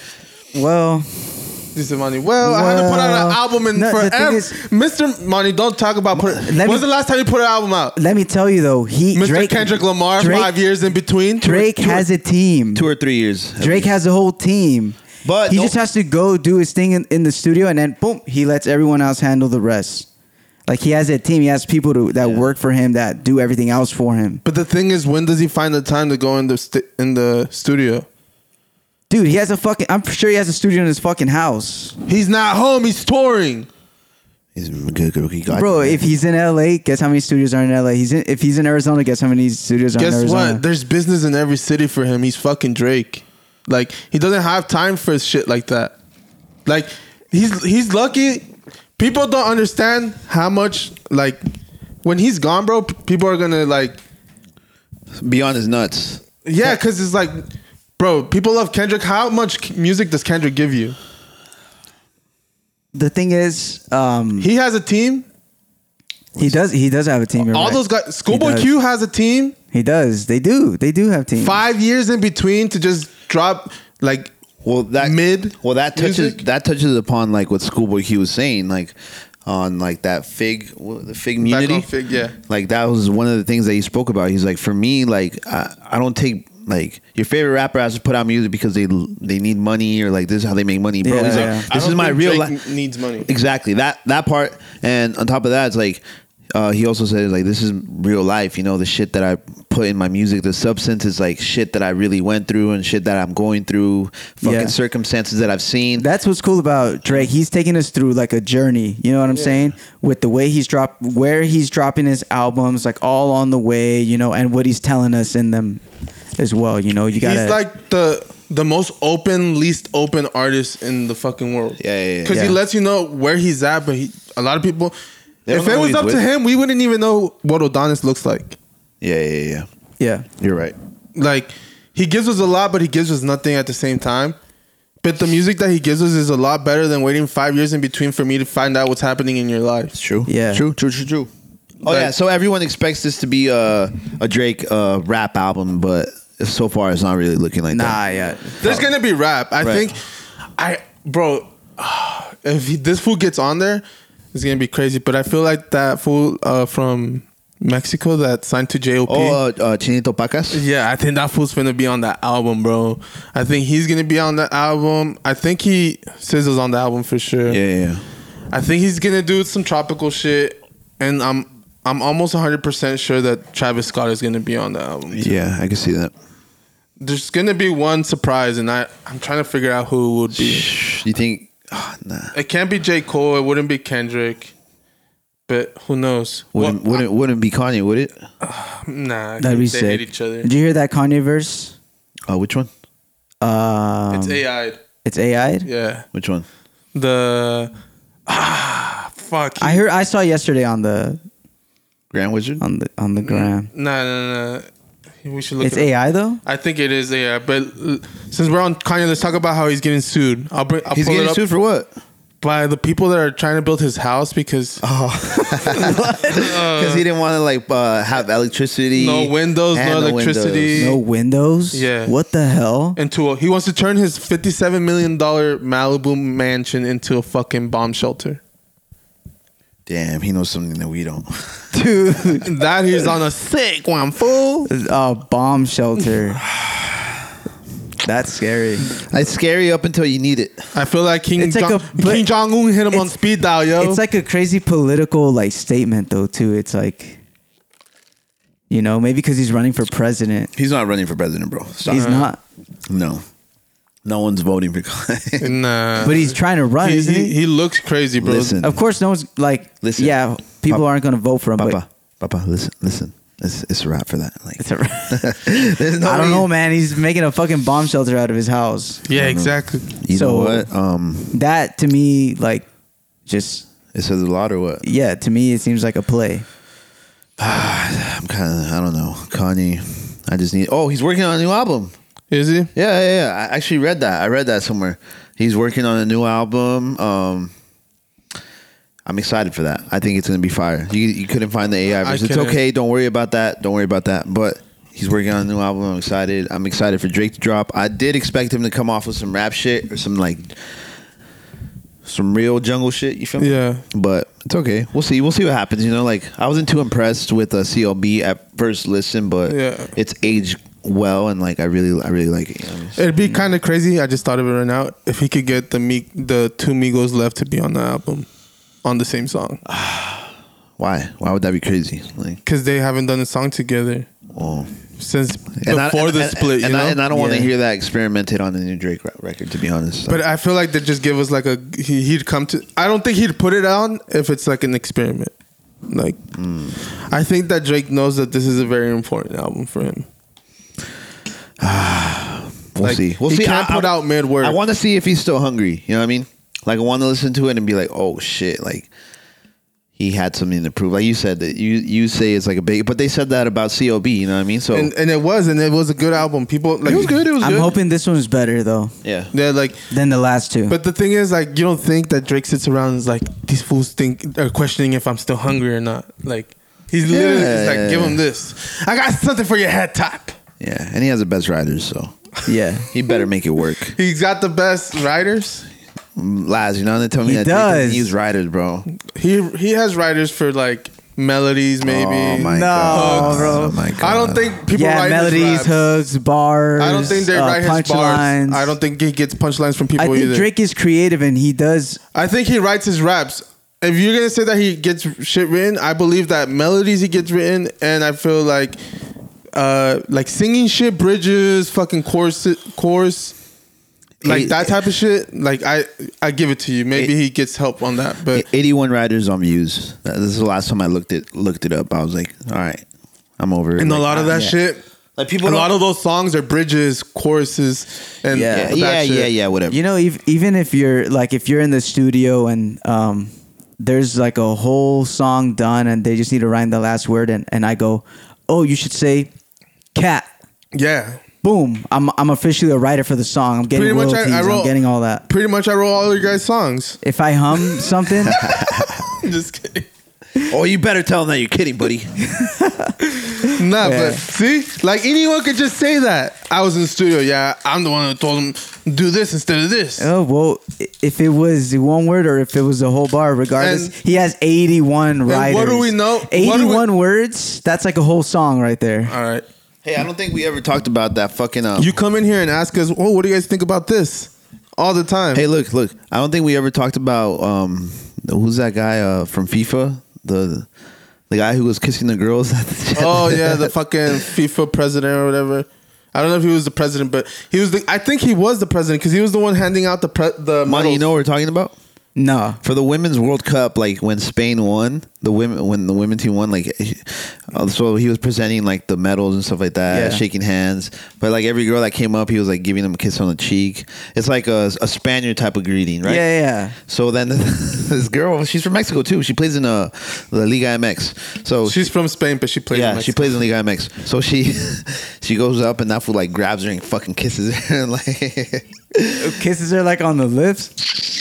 A: well,
C: this money. Well, I haven't put out
A: Well,
C: an album in
A: no, the thing
C: forever.
A: is-
C: Mr. Money, don't talk about. Put, when's
A: let me-
C: the last time you put an album out?
A: let me tell you though, he
C: Mr.
A: Drake,
C: Kendrick Lamar,
A: Drake-
C: five years in between.
A: Drake has a team.
B: Two or three years. at
A: Drake
B: least.
A: has a whole team.
B: But
A: he
B: don't-
A: just has to go do his thing in, in the studio and then boom, he lets everyone else handle the rest. Like he has a team, he has people to, that work for him that do everything else for him.
C: But the thing is, when does he find the time to go in the st- in the studio?
A: Dude, he has a fucking I'm sure he has a studio in his fucking house.
C: He's not home. He's touring.
B: He's a good, good rookie guy.
A: Bro, if he's in LA, guess how many studios are in LA? He's in if he's in Arizona, guess how many studios are in
C: Guess
A: Arizona?
C: what? There's business in every city for him. He's fucking Drake. Like he doesn't have time for shit like that. Like he's he's lucky. People don't understand how much like when he's gone, bro. p- People are gonna like
B: beyond his nuts.
C: yeah, because it's like, bro. People love Kendrick. How much music does Kendrick give you?
A: the thing is, um,
C: He has a team.
A: he does he does have a team. you're
C: All
A: right.
C: those guys. Schoolboy
A: does.
C: Q has a team.
A: He does. They do. They do have teams.
C: Five years in between to just drop like
B: Well, that
C: Mid
B: Well, that touches
C: music?
B: that touches upon like what Schoolboy Q was saying, like on like that fig what- the fig
C: Back on
B: immunity.
C: Fig, yeah.
B: Like that was one of the things that he spoke about. He's like, for me, like I, I don't take like your favorite rapper has to put out music because they they need money or like this is how they make money, bro.
A: Yeah,
B: He's like,
A: yeah.
C: I
B: this
C: don't
B: is my
C: think
B: real
C: Drake
B: life.
C: n- needs money.
B: Exactly that that part, and on top of that, it's like. Uh, he also said like this is real life you know the shit that i put in my music the substance is like shit that i really went through and shit that i'm going through fucking
A: Yeah.
B: circumstances that i've seen
A: That's what's cool about Drake. He's taking us through like a journey. You know what I'm saying? With the way he's dropped, where he's dropping his albums, like all on the way, you know, and what he's telling us in them as well. You know, you gotta.
C: he's like the the most open, least open artist in the fucking world.
B: Yeah, yeah, yeah.
C: Because he
A: Yeah.
C: lets you know where he's at, but he, a lot of people.
B: They don't
C: If
B: know
C: it
B: who
C: was
B: he's
C: up to
B: with.
C: him, we wouldn't even know what Adonis looks like.
B: Yeah, yeah, yeah.
A: yeah,
B: You're right.
C: Like he gives us a lot, but he gives us nothing at the same time. But the music that he gives us is a lot better than waiting five years in between for me to find out what's happening in your life.
B: It's true.
A: Yeah.
B: True, true, true, true. Oh
C: Like-
B: yeah, so everyone expects this to be a a Drake uh, rap album, but so far it's not really looking like
A: nah,
B: that.
A: yeah.
C: There's gonna be rap. I
B: Right.
C: think, I bro, *sighs* if he, this fool gets on there, it's gonna be crazy. But I feel like that fool uh, from Mexico that signed to JOP.
B: Oh, uh, uh, Chinito Pacas.
C: yeah, I think that fool's gonna be on that album, bro. I think he's gonna be on that album. I think he Scissor's on the album for sure.
B: Yeah, yeah.
C: I think he's gonna do some tropical shit, and I'm I'm almost 100 percent sure that Travis Scott is gonna be on the album. too.
B: Yeah, I can see that.
C: There's gonna be one surprise, and I I'm trying to figure out who it would be.
B: You think? ah, nah.
C: It can't be J. Cole. It wouldn't be Kendrick. But who knows?
B: Wouldn't
C: Well,
B: wouldn't wouldn't be Kanye, would it?
C: *laughs* Nah,
A: That'd be
C: they
A: sick.
C: hate each other.
A: Did you hear that Kanye verse?
B: Uh, which one?
A: Um,
C: It's
A: it's,
C: AI. 'd.
A: AI.
C: Yeah.
B: Which one?
C: The *sighs* ah fuck.
A: I heard. I saw yesterday on the
B: Grand Wizard.
A: on the on the gram.
C: Nah, nah, nah. We should Mm. look.
A: It's
C: it up.
A: AI though.
C: I think it is AI. But uh, since we're on Kanye, let's talk about how he's getting sued. I'll bring. I'll
B: He's
C: pull it
B: getting
C: up
B: sued for what?
C: by the people that are trying to build his house because
B: Because he didn't want to like uh, have electricity.
C: No windows,
B: and
C: no electricity.
A: No windows.
C: Yeah.
A: What the hell?
C: into a, he wants to turn his fifty-seven million dollar Malibu mansion into a fucking bomb shelter.
B: Damn, he knows something that we don't.
A: Dude,
C: *laughs* That he's on a sick one, fool.
A: a bomb
C: *sighs*
A: shelter. That's scary.
B: It's scary up until you need it.
C: I feel like King
A: It's like
C: Jong
A: a- but-
C: King Jong Un hit him on
A: it's-
C: speed dial, yo.
A: It's like a crazy political like statement though too. It's like, you know, maybe because he's running for president.
B: He's not running for president, bro. Stop.
A: He's
C: Uh-huh.
A: not,
B: No, no one's voting
A: *laughs*
B: for Kanye.
C: nah.
A: but he's trying to run,
C: uh, Uh-huh. he,
A: isn't
C: he,
A: he?
C: he looks crazy, bro.
B: Listen.
A: Of course, no one's like.
B: Listen.
A: yeah, people
B: Papa-
A: aren't going to vote for him. *laughs*
B: Papa, Papa, listen, listen. It's it's a wrap for that. Like,
A: But it's a,
B: *laughs*
C: *laughs*
B: there's no
A: I
B: way-
A: don't know, man. He's making a fucking bomb shelter out of his house.
C: Yeah, exactly.
B: You
A: So-
B: know what? Um,
A: That to me, like, just
B: it says a lot or what?
A: yeah. To me, it seems like a play.
B: I'm kind of I don't know. Kanye, I just need. Oh, he's working on a new album.
C: Is he?
B: Yeah, yeah, yeah. I actually read that. I read that somewhere. He's working on a new album. Um, I'm excited for that. I think it's gonna be fire. You you couldn't find the AI
C: I
B: verse. It's
C: couldn't.
B: okay. Don't worry about that. Don't worry about that. But he's working on a new album. I'm excited. I'm excited for Drake to drop. I did expect him to come off with some rap shit or some like some real jungle shit. You feel me?
C: Yeah.
B: But it's okay. We'll see. We'll see what happens. You know, like I wasn't too impressed with uh, CLB at first listen, but
C: Yeah.
B: it's aged well, and like I really, I really like it. you know?
C: It'd be kind of crazy. I just thought of it right now. If he could get the Meek, the two Migos left to be on the album, on the same song,
B: Why? Why would that be crazy? Like,
C: because they haven't done a song together
B: oh.
C: since
B: And I-
C: before
B: and-
C: the
B: and- and
C: split. you know?
B: I, and I don't want to
A: Yeah.
B: hear that experimented on the new Drake re- record. To be honest,
C: But I feel like they just give us like a he, he'd come to. I don't think he'd put it on if it's like an experiment. Like, I think that Drake knows that this is a very important album for him.
B: we'll
C: like,
B: see. We'll
C: he
B: see.
C: can't
B: I,
C: put
B: I-
C: out mid work.
B: I want to see if he's still hungry. You know what I mean? Like, I want to listen to it and be like, "Oh shit!" Like, he had something to prove. Like you said that you you say it's like a big, but they said that about Cob. You know what I mean? So
C: and, and it was, and it was a good album. People like
B: it was good. It was
A: I'm
B: good.
A: hoping this one's better though
B: yeah.
C: They're like
A: than the last two.
C: But the thing is, like, you don't think that Drake sits around and is like, these fools think are questioning if I'm still hungry or not. Like, he's literally just like,
B: Yeah.
C: give him this. I got something for your head top.
B: Yeah, and he has the best riders, so
A: yeah,
B: he better make it work. *laughs*
C: He's got the best riders.
B: Laz, you know they tell me
A: He
B: that Drake doesn't
A: does.
B: use riders, bro.
C: He he has riders for like melodies, maybe.
B: Oh my
A: No,
B: god,
A: bro.
B: Oh my god.
C: I don't think *laughs* people
A: yeah.
C: write his
A: Melodies,
C: raps.
A: hooks, bars.
C: I don't think they
A: uh,
C: write his bars.
A: punchlines.
C: I don't think he gets punchlines from people
A: I think
C: either.
A: Drake is creative and he does.
C: I think he writes his raps. If you're gonna say that he gets shit written, I believe that melodies he gets written, and I feel like, uh, like singing shit, bridges, fucking chorus, chorus, like
B: Eight-
C: that type of shit. Like I, I give it to you. Maybe he gets help on that, but
B: 81 riders on views. That- This is the last time I looked it looked it up. I was like, all right, I'm over. it.
C: and a
B: Like, uh,
C: lot of that shit,
B: Like, people
C: a lot
B: don't-
C: of those songs are bridges, choruses, and
B: Yeah, yeah,
C: yeah,
B: yeah, yeah, whatever.
A: You know, ev- even if you're like if you're in the studio and um, there's like a whole song done and they just need to rhyme the last word and and I go, oh, you should say, cat.
C: yeah.
A: Boom! I'm I'm officially a writer for the song. I'm getting
C: Pretty much, I- I
A: royalties.
C: wrote-
A: I'm getting all that.
C: Pretty much, I wrote all your guys' songs.
A: If I
C: *laughs*
A: hum something,
C: Just kidding.
B: oh, you better tell them that you're kidding, buddy.
C: Nah,
A: Yeah.
C: but see, like anyone could just say that. I was in the studio. Yeah, I'm the one who told him do this instead of this.
A: oh well. i- If it was one word or if it was a whole bar, regardless,
C: And-
A: he has 81
C: what
A: writers.
C: do we know- what do we-
A: 81 words. That's like a whole song right there.
C: All right,
B: hey, I don't think we ever talked about that fucking. Um,
C: you come in here and ask us, "Oh, what do you guys think about this?" All the time.
B: hey, look, look. I don't think we ever talked about um, who's that guy uh, from FIFA? The the guy who was kissing the girls. at the- *laughs*
C: oh yeah, the fucking FIFA president or whatever. I don't know if he was the president, but he was. The, I think he was the president because he was the one handing out the pre- the
B: money. You
C: medals.
B: know what we're talking about?
A: No.
B: for the women's World Cup, like when Spain won, the women when the women team won, like uh, so he was presenting like the medals and stuff like that,
A: Yeah.
B: shaking hands. But like every girl that came up, he was like giving them a kiss on the cheek. It's like a, a Spaniard type of greeting, right?
A: Yeah, yeah.
B: So then *laughs* this girl, she's from Mexico too. She plays in uh, the Liga MX. So
C: She's from Spain, but she plays.
B: yeah,
C: in
B: she
C: Mexico.
B: plays in Liga MX. So she *laughs* she goes up and that fool like grabs her and fucking kisses her *laughs* and like
A: Kisses are like on the
C: *laughs*
A: lips.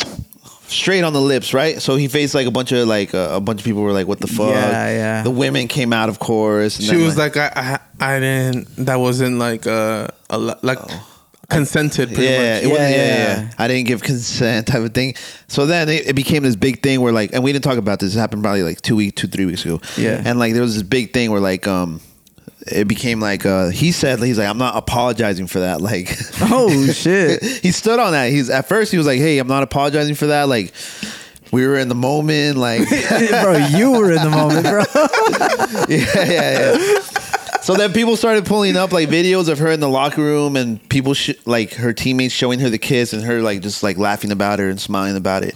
B: straight on the lips, right? So he faced like a bunch of like uh, a bunch of people were like, "What the fuck?"
A: Yeah, yeah.
B: The women came out, of course. and
C: She
B: then,
C: was like, I, I, I didn't. That wasn't like uh, a lo- like consented. Pretty
B: Oh. yeah,
C: much.
B: it was, yeah,
A: Yeah,
B: yeah,
A: yeah.
B: yeah. I didn't give consent, type of thing. So then it, it became this big thing where like, and we didn't talk about this. It happened probably like two weeks, two three weeks ago.
A: Yeah.
B: and like there was this big thing where like um. It became like uh, he said. He's like, I'm not apologizing for that. *laughs* Like,
A: Oh shit.
B: *laughs* he stood on that. He's at first he was like, Hey, I'm not apologizing for that. Like, we were in the moment. Like,
A: bro, you were in the moment, bro.
B: *laughs* yeah, yeah, yeah. So then people started pulling up like videos of her in the locker room and people sh- like her teammates showing her the kiss and her like just like laughing about her and smiling about it.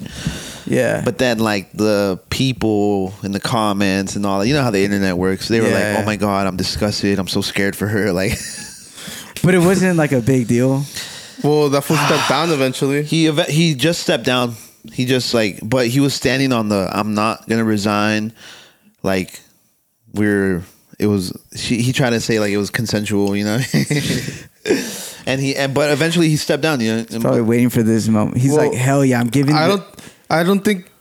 A: Yeah.
B: But then like the people in the comments and all that, you know how the internet works. They were
A: Yeah,
B: like,
A: yeah.
B: "Oh my god, I'm disgusted. I'm so scared for her." *laughs* Like
A: but it wasn't like a big deal.
C: Well, that
B: *sighs*
C: fool stepped down eventually.
B: he ev- he just stepped down. He just like but he was standing on the I'm not going to resign like we're it was she, he tried to say like it was consensual, you know. *laughs* and he and but eventually he stepped down, you know. And-
A: Probably waiting for this moment. He's
C: Well,
A: like, hell yeah, I'm giving.
C: I
A: the-
C: don't. I don't think.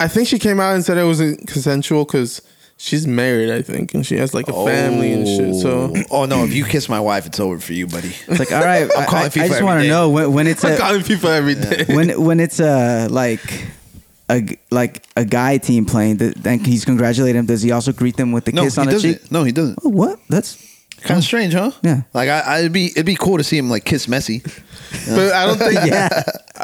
C: I think she came out and said it wasn't consensual because she's married. I think, and she has like a family and shit. So
B: oh no, if you kiss my wife, it's over for
A: *laughs*
B: you, buddy.
A: It's like, all right, I,
B: calling
A: I- I
B: FIFA
A: just
B: every
A: want
B: day.
A: to know when, when it's
C: *laughs* I'm
A: a,
C: calling FIFA every day.
A: when when it's a like a g- like a guy team playing. th- Then he's congratulating him. Does he also greet them with the
B: No, he
A: kiss on the
B: doesn't.
A: cheek?
B: No, he doesn't.
A: Oh, what?
B: *laughs*
A: That's
B: Kind of strange, huh?
A: Yeah.
B: Like I, I'd be, it'd be cool to see him like kiss Messi.
C: But
B: *laughs*
C: I don't think.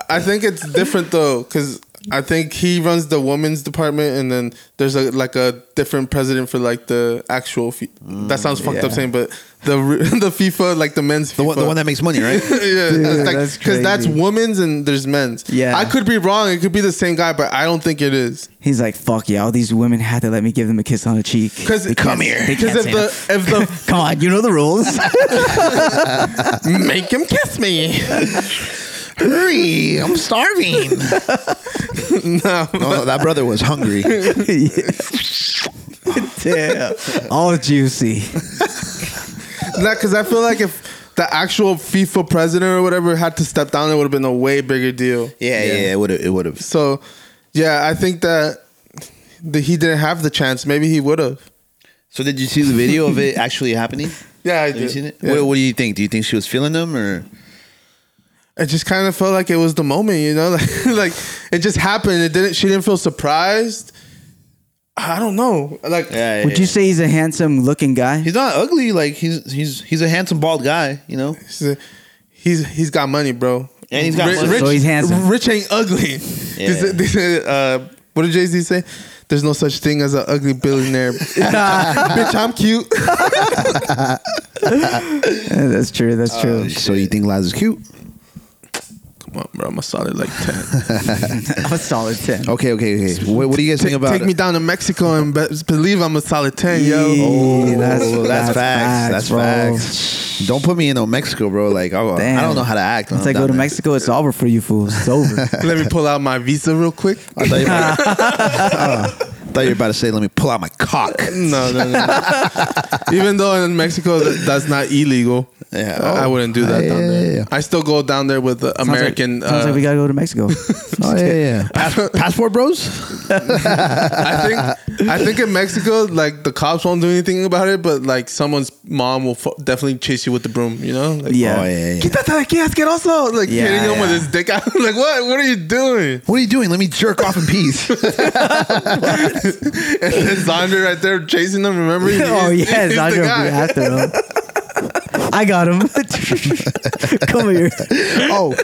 C: I think it's different though, because I think he runs the women's department, and then there's a like a different president for like the actual. Fi- that sounds fucked
A: yeah.
C: up saying, but the re- *laughs* the FIFA like the men's FIFA.
B: The one, the one that makes money, right?
C: *laughs* yeah,
A: Dude,
C: it's like,
A: that's
C: cause that's
A: crazy.
C: women's and there's men's.
A: Yeah.
C: I could be wrong. It could be the same guy, but I don't think it is.
A: he's like, fuck yeah. All these women had to let me give them a kiss on the cheek.
C: Cause
B: Come here.
A: They
C: Because
A: can't
C: if
A: say
C: the if the
A: Come on, you know the rules. *laughs*
C: make him kiss me, *laughs*
B: Hurry! I'm *laughs* starving.
C: no,
B: no, no, that brother was
C: *laughs*
B: hungry.
A: Damn,
B: *laughs*
A: all juicy.
C: because I feel like if the actual FIFA president or whatever had to step down, it would have been a way bigger deal.
B: Yeah, yeah, it would have. It would have.
C: So, yeah, I think that the, he didn't have the chance. Maybe he would have.
B: So, did you see the video of it actually
C: *laughs*
B: happening?
C: Yeah, I
B: Have you seen it?
C: Yeah.
B: What, what do you think? Do you think she was feeling them, or
C: It just kind of felt like it was the moment, you know, *laughs* like, like it just happened. It didn't. She didn't feel surprised. I don't know. Like,
A: Would you say he's a handsome looking guy?
B: He's not ugly. Like he's he's he's a handsome bald guy. You know.
C: he's a- he's he's got money, bro.
B: And he's got
C: Ri-
B: money.
A: So he's handsome.
C: Rich ain't ugly. *laughs*
B: Yeah.
C: They said- they said, uh, what did Jay Z say? There's no such thing as an
A: *laughs*
C: ugly billionaire. *laughs* Bitch, I'm cute.
A: Yeah, that's true.
B: Uh,
A: That's true.
B: So you think Laz is cute?
C: Come on, bro. I'm a solid like ten.
A: *laughs* I'm a solid ten.
B: Okay, okay, okay. What, what do you guys think about?
C: Take me down to Mexico and be- believe I'm a solid ten, yo.
A: Yee,
B: that's,
A: that's,
B: Oh,
A: that's
B: that's, facts. That's
A: bro.
B: facts. Don't put me in no Mexico, bro. Like I, I don't
A: Damn.
B: know how to act. when
A: Once
B: I'm
A: I go
B: down
A: to
B: there.
A: Mexico, it's over for you fools. It's *laughs* over.
C: Oh. Let me pull out my visa real quick.
B: I thought you were about,
C: *laughs*
B: I thought you were about to *laughs* say, "Let me pull out my cock."
C: No, no, no. Even though in Mexico that, that's not illegal,
B: Yeah.
C: I I wouldn't do that
B: Yeah,
C: down
B: yeah,
C: there.
B: yeah.
C: I still go down there with the
A: Sounds like-
C: American.
A: Sounds like,
C: uh,
A: we gotta go to *laughs* Mexico.
B: Oh yeah, yeah. Pass, passport, bros. *laughs*
C: I think I think in Mexico, like the cops won't do anything about it, but like someone's mom will fu- definitely chase you with the broom. You know? Like,
A: Yeah.
B: Oh yeah, yeah.
C: Quítate de aquí,
A: *laughs*
C: asqueroso! Like
A: Yeah,
C: hitting him with
A: yeah.
C: his dick out. *laughs* like what? *laughs* What are you doing? *laughs*
B: What are you doing? Let me jerk off in peace.
C: And then Zander right there chasing them. Remember? He-
A: *laughs* oh
C: he's-
A: yes,
C: he's
A: I'm
C: the
A: gonna be
C: guy.
A: after him. *laughs* I got him. Come here.
B: oh,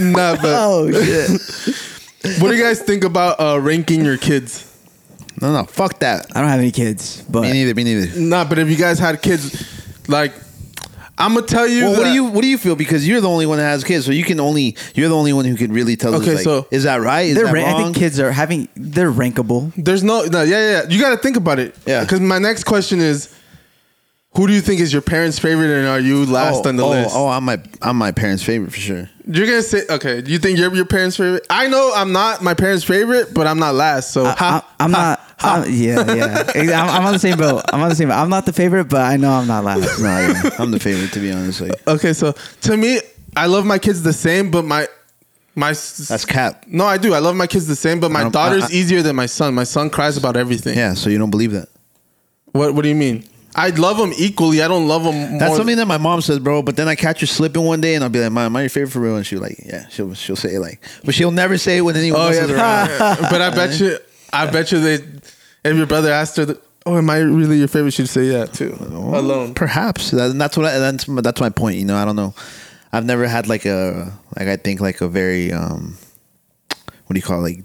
C: Nah, but
A: Oh shit.
C: What do you guys think about uh, ranking your kids?
B: *laughs* no, no. Fuck that.
A: I don't have any kids,
B: Me
A: but
B: neither. Me neither.
C: Nah, but if you guys had kids, like I'm gonna tell you.
B: Well, what do
C: that-
B: you what do you feel? Because you're the only one that has kids, so you can only you're the only one who can really tell. us,
C: Okay,
B: like,
C: so-
B: is that right? Is
A: They're
B: that
A: ra- I
B: wrong?
A: think kids are having they're rankable.
C: There's no, no, yeah, yeah. You got to think about it.
B: Yeah.
C: Because my next question is, who do you think is your parents' favorite, and are you last
B: oh,
C: on the
B: oh,
C: list?
B: Oh, I'm my I'm my parents' favorite for sure.
C: You're gonna say, okay. You think you're your parents' favorite? I know I'm not my parents' favorite, but I'm not last. So
A: I,
C: ha,
A: I'm not. I'm, yeah, yeah. I'm, I'm on the same boat. I'm on the same. Boat. I'm not the favorite, but I know I'm not *laughs* last.
B: No, yeah, I'm the favorite to be honest. Like
C: okay. So to me, I love my kids the same, but my my s-
B: that's cap.
C: no, I do. I love my kids the same, but
B: I
C: my
B: don't-
C: daughter's
B: I- I-
C: easier than my son. My son cries about everything.
B: Yeah, so you don't believe that.
C: What What do you mean? I love them equally. I don't love them. More.
B: That's something that my mom says, bro. But then I catch her slipping one day, and I'll be like, "Mom, am I your favorite for real?" And she'll like, "Yeah." She'll she'll say it like, but she'll never say it when anyone
C: Oh
B: else
C: yeah,
B: is around.
C: *laughs* but I bet you, I bet you they, if your brother asked her, that, oh, am I really your favorite? She'd say yeah too,
B: Oh.
C: alone.
B: Perhaps That- and that's what I, that's my- that's my point. You know, I don't know. I've never had like a like I think like a very um what do you call it? like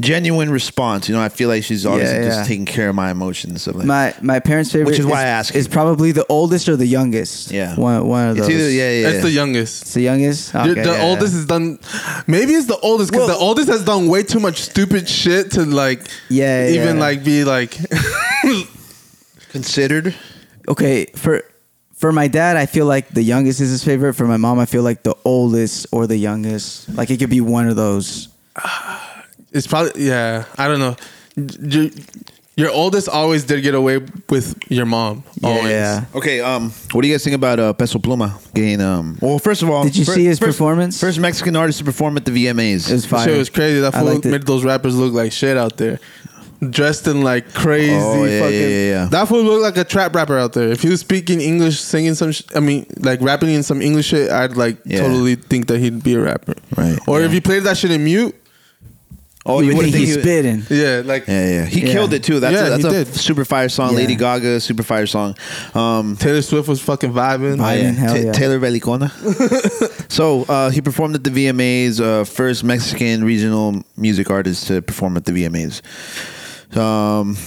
B: genuine response. You know, I feel like she's always
A: Yeah, yeah.
B: just taking care of my emotions. and stuff like
A: My my parents' favorite,
B: is why
A: is,
B: I ask
A: is
B: you.
A: probably the oldest or the youngest.
B: Yeah.
A: one one of
B: it's
A: those.
B: either yeah yeah.
C: That's the
B: yeah.
C: youngest.
A: It's the youngest.
C: The-
A: Okay,
C: the
A: yeah.
C: oldest has done, maybe it's the oldest because the
A: Well-
C: oldest has done way too much stupid shit to like,
A: Yeah, yeah,
C: even
A: yeah.
C: like be like, *laughs*
B: considered.
A: Okay, for for my dad, I feel like the youngest is his favorite. For my mom, I feel like the oldest or the youngest. Like it could be one of those.
C: it's probably yeah. I don't know. Your, your oldest always did get away with your mom. Always.
A: Yeah.
B: Okay, um, what do you guys think about uh, Peso Pluma getting? Um, well, first of all,
A: Did you
B: fir-
A: see his
B: first-
A: performance?
B: First Mexican artist to perform at the VMAs.
A: It was
C: That
A: fire.
C: shit was crazy. That
A: I
C: fool
A: liked it.
C: made those rappers look like shit out there. Dressed in like crazy
B: Oh, yeah,
C: fucking.
B: yeah, yeah, yeah.
C: That fool looked like a trap rapper out there. If he was speaking English, singing some, sh- I mean, like rapping in some English shit, I'd like
B: Yeah.
C: totally think that he'd be a rapper.
B: Right.
C: Or if he played that shit in mute,
B: oh,
A: you would
B: would've
A: think he's
B: he-
A: spitting.
C: yeah, like
B: Yeah, yeah, he
A: Yeah.
B: killed it too. That's
C: Yeah,
B: a, that's
C: he
B: a
C: did.
B: super fire song.
A: Yeah.
B: Lady Gaga, super fire song. Um,
C: Taylor Swift was fucking vibing.
A: Vibing.
B: Oh, yeah,
A: hell
B: Ta-
A: yeah.
B: Taylor Belicona.
A: *laughs*
B: so uh, he performed at the VMAs, uh, first Mexican regional music artist to perform at the VMAs. Um,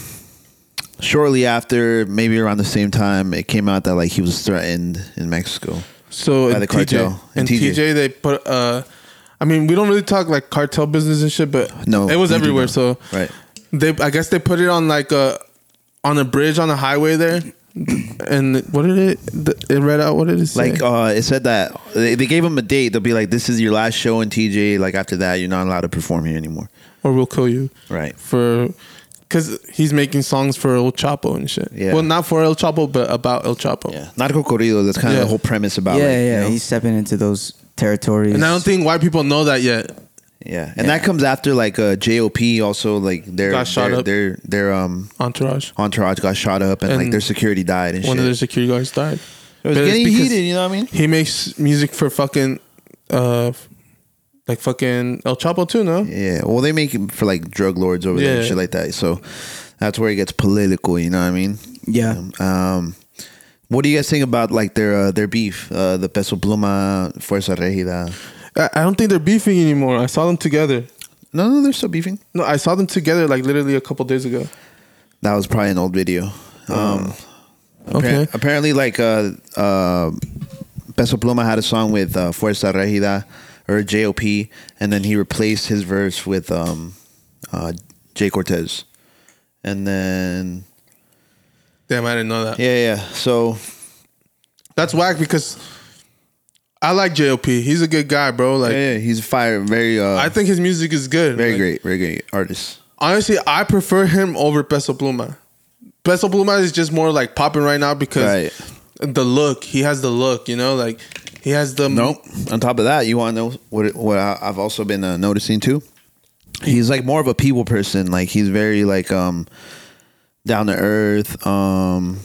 B: shortly after, maybe around the same time, it came out that like he was threatened in Mexico.
C: So
B: By
C: and
B: the
C: TJ,
B: cartel. And
C: and TJ.
B: TJ.
C: they put. uh I mean, we don't really talk like cartel business and shit, but
B: No,
C: it was
B: we do
C: everywhere.
B: not.
C: So
B: Right.
C: they, I guess they put it on like a on a bridge on the highway there, and what did it? th- It read out what did it say?
B: Like uh, it said that they, they gave him a date. They'll be like, "This is your last show in TJ. Like after that, you're not allowed to perform here anymore."
C: or we'll kill you.
B: Right.
C: For because he's making songs for El Chapo and shit.
B: Yeah.
C: Well, not for El Chapo, but about El Chapo.
B: Yeah, narco corrido. That's kind
C: Yeah.
B: of the whole premise
A: Yeah,
B: about.
A: yeah.
B: like, you know?
A: He's stepping into those territories.
C: And I don't think white people know that yet.
B: Yeah, and that comes after like uh, JOP also like their
C: Got shot
B: their,
C: up.
B: their their um
C: Entourage.
B: entourage got shot up and, like
C: And
B: their security died and
C: One of their
B: shit.
C: security guards died.
B: It was
C: But it's
B: getting
C: because-
B: heated, you know what I mean?
C: He makes music for fucking, uh, like fucking El Chapo too. No,
B: Yeah, well, they make it for like drug lords over there and
C: Yeah.
B: shit like that. So that's where it gets political, you know what I mean?
A: Yeah.
B: Um, what do you guys think about like their uh, their beef, uh, the Peso Pluma, Fuerza Regida?
C: I, I don't think they're beefing anymore. I saw them together.
B: No, no, they're still beefing.
C: No, I saw them together like literally a couple days ago.
B: That was probably an old video. Um,
C: Oh. Okay.
B: Appar- apparently, like uh, uh, Peso Pluma had a song with uh, Fuerza Regida or JOP, and then he replaced his verse with um, uh, Jay Cortez, and then
C: Damn, I didn't know that.
B: yeah, yeah. So
C: That's whack because I like JOP. He's a good guy, bro. Like
B: yeah, yeah, he's a fire, very, uh,
C: I think his music is good.
B: very
C: Like,
B: great, very great artist.
C: Honestly, I prefer him over Peso Pluma. Peso Pluma is just more like popping right now because
B: Right.
C: the look. He has the look, you know, like he has the
B: Nope. On top of that, you want to know what what I- I've also been uh, noticing too. He's like more of a people person. Like he's very like um down to earth. Um,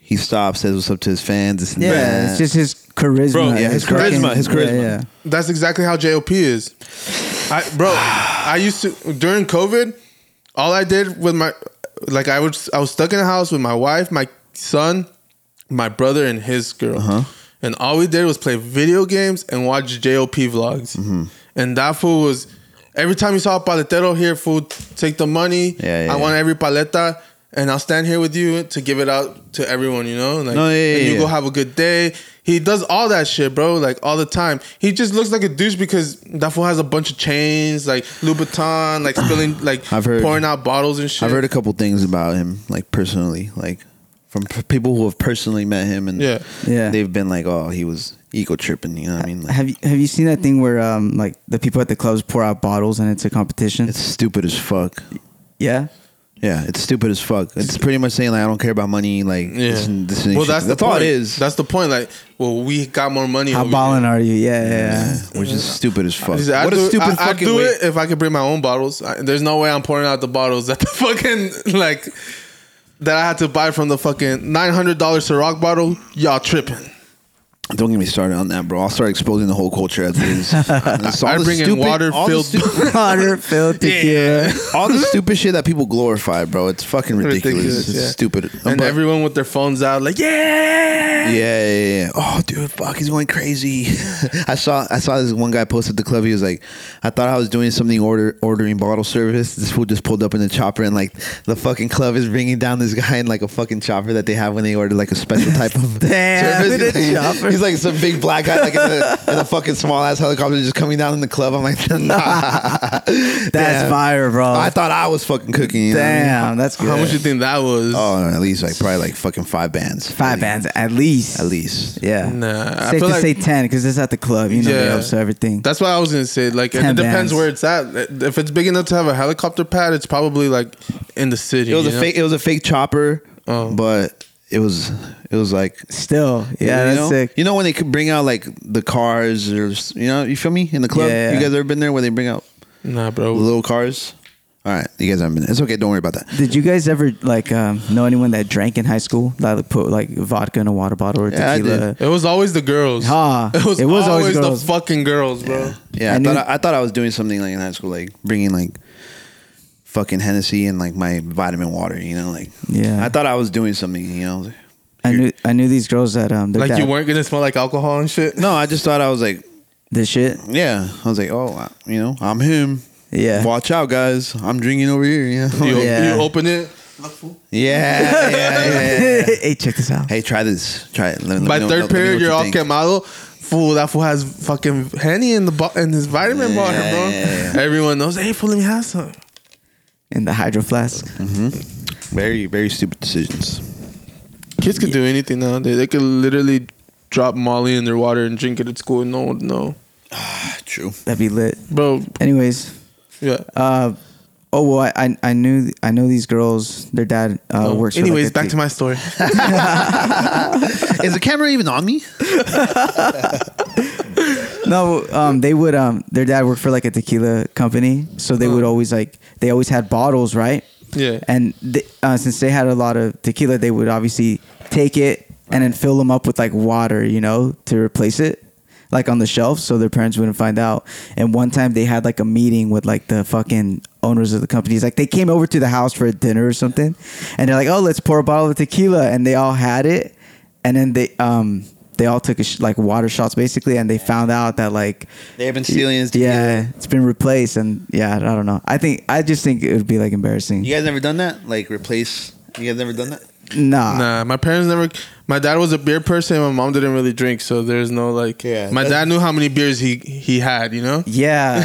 B: he stops, says what's up to his fans. This and
A: Yeah,
B: that.
A: it's just his charisma.
C: Bro, yeah,
B: his
A: fucking-
B: charisma, his charisma.
A: Yeah,
C: That's exactly how JOP is. I bro,
B: *sighs*
C: I used to during COVID, all I did with my like I was I was stuck in the house with my wife, my son, my brother and his girl.
B: Uh-huh.
C: And all we did was play video games and watch JOP vlogs.
B: Mm-hmm.
C: And that fool was every time you saw a paletero here, fool, take the money.
B: Yeah, yeah,
C: I want
B: yeah.
C: every paleta. and I'll stand here with you to give it out to everyone, you know? Like
B: No, yeah, yeah,
C: and you
B: yeah.
C: go have a good day. He does all that shit, bro, like all the time. He just looks like a douche because that fool has a bunch of chains, like Louboutin,
B: *clears throat*
C: like spilling like
B: I've heard-
C: pouring out bottles and shit.
B: I've heard a couple things about him, like personally, like from p- people who have personally met him, and
C: Yeah.
A: Yeah.
B: they've been like, "Oh, he was eco tripping." You know what I mean? Like,
A: Have you have you seen that thing where um like the people at the clubs pour out bottles and it's a competition?
B: it's stupid as fuck.
A: yeah.
B: Yeah, it's stupid as fuck. It's pretty much saying like, "I don't care about money." Like,
C: yeah.
B: this and- this and
C: well,
B: shit.
C: that's,
B: that's
C: the
B: all
C: point.
B: it is.
C: That's the point. Like, well, we got more money.
A: How
C: over
A: ballin'
C: here.
A: are you? Yeah, yeah.
B: which is stupid as fuck.
C: He said, I
B: what
C: do,
B: a stupid
C: I,
B: fucking
C: I do
B: way-
C: it if I could bring my own bottles. I, there's no way I'm pouring out the bottles that the *laughs* fucking like that I had to buy from the fucking nine hundred dollar Ciroc bottle. Y'all tripping?
B: Don't get me started on that, bro. I'll start exposing the whole culture as it is. It's all
C: I
B: the
C: bring in
B: stupid-
C: water
B: all the *laughs*
C: filled- *laughs*
B: stupid-
A: yeah. Water filled tequila.
C: Yeah.
B: all the stupid shit that people glorify, bro. It's fucking ridiculous.
C: Ridiculous,
B: it's
C: yeah.
B: stupid.
C: And
B: But-
C: everyone with their phones out, like
B: yeah,
C: yeah.
B: yeah, yeah. Oh, dude, fuck, he's going crazy. *laughs* I saw, I saw this one guy posted at the club. He was like, I thought I was doing something order ordering bottle service. This fool just pulled up in the chopper, and like the fucking club is bringing down this guy in like a fucking chopper that they have when they order like a special
A: *laughs*
B: type of
A: Damn,
B: service.
A: in a chopper.
B: *laughs* He's like some big black guy like in a, in a fucking small ass helicopter just coming down in the club. I'm like, *laughs* nah. That's
A: That's fire, bro.
B: I thought I was fucking cooking. You know what I mean?
A: Damn, that's good.
C: How much you think that was?
B: Oh, at least like probably like fucking five bands.
A: Five bands at least.
B: At least.
A: Yeah.
C: Nah, I
A: Safe
C: feel
A: to
C: like-
A: say ten because it's at the club. You know, they
C: Yeah.
A: up to everything.
C: That's what I was gonna say. Like, it
A: Ten
C: depends
A: bands.
C: where it's at. If it's big enough to have a helicopter pad, it's probably like in the city.
B: It was
C: you
B: a
C: know?
B: fake. It was a fake chopper,
C: Oh.
B: but it was it was like
A: Still, yeah,
B: you
A: that's
B: know?
A: sick.
B: You know when they could bring out like the cars or you know you feel me in the club.
A: Yeah, yeah.
B: You guys ever been there where they bring out
C: Nah, bro.
B: little cars? All right, you guys haven't been. It's okay. Don't worry about that.
A: Did you guys ever like um, know anyone that drank in high school? That like, put like vodka in a water bottle or
B: Yeah, I
A: tequila?
B: did.
C: It was always the girls.
A: Huh.
C: *laughs* It was,
A: It was always
C: always,
A: girls.
C: the fucking girls, bro.
B: Yeah,
A: I
B: I, thought
A: knew-
B: I, I thought I was doing something like in high school, like bringing like fucking Hennessy and like my vitamin water. You know, like
A: Yeah.
B: I thought I was doing something. You know,
A: I knew I knew these girls that um their
C: Like
A: dad,
C: you weren't gonna smell like alcohol
A: *laughs*
C: and shit.
B: no, I just thought I was like
A: this shit.
B: Yeah, I was like, oh, I- you know, I'm him.
A: Yeah.
B: Watch out, guys. I'm drinking over here. Yeah. *laughs*
C: You,
A: Oh, Yeah.
C: you open it.
B: yeah, yeah, *laughs* yeah, yeah.
A: *laughs* hey, check this out.
B: Hey, try this. Try it. Let, let
C: By
B: me know-
C: third
B: let me know
C: period,
B: what
C: you're
B: you
C: all
B: think.
C: quemado. Fool, that fool has fucking henny in the bo- in his vitamin
B: Yeah,
C: water, bro.
B: yeah, yeah.
C: Everyone knows. Hey, fool, let me have some.
A: In the hydro flask.
B: Very, very stupid decisions.
C: Kids could do anything nowadays. They could literally drop Molly in their water and drink it at school. and No one would know,
B: Ah, True.
A: That'd be lit.
C: bro.
A: Anyways,
C: Yeah.
A: uh, oh well, I, I I knew I know these girls. Their dad uh, works.
C: Oh. Anyways,
A: for, like, a
C: back to
A: *laughs*
C: my story.
B: *laughs* Is the camera even on me?
A: No, um, they would. Um, their dad worked for like a tequila company, so they would always like they always had bottles, right?
C: Yeah.
A: And they, uh, since they had a lot of tequila, they would obviously take it and then fill them up with like water, you know, to replace it, like on the shelf, so their parents wouldn't find out. And one time they had like a meeting with like the fucking owners of the companies. Like they came over to the house for a dinner or something, and they're like, "Oh, let's pour a bottle of tequila," and they all had it and then they um they all took a sh- like water shots basically, and they found out that like
B: They've been stealing his
A: yeah,
B: tequila.
A: it's been replaced, and yeah, I don't know. I think I just think it would be like embarrassing.
B: You guys never done that? Like replace? You guys never done that?
A: Nah,
C: Nah, my parents never. My dad was a beer person. My mom didn't really drink, so there's no like.
B: Yeah,
C: My
B: that's-
C: dad knew how many beers he he had. You know. *laughs*
A: yeah,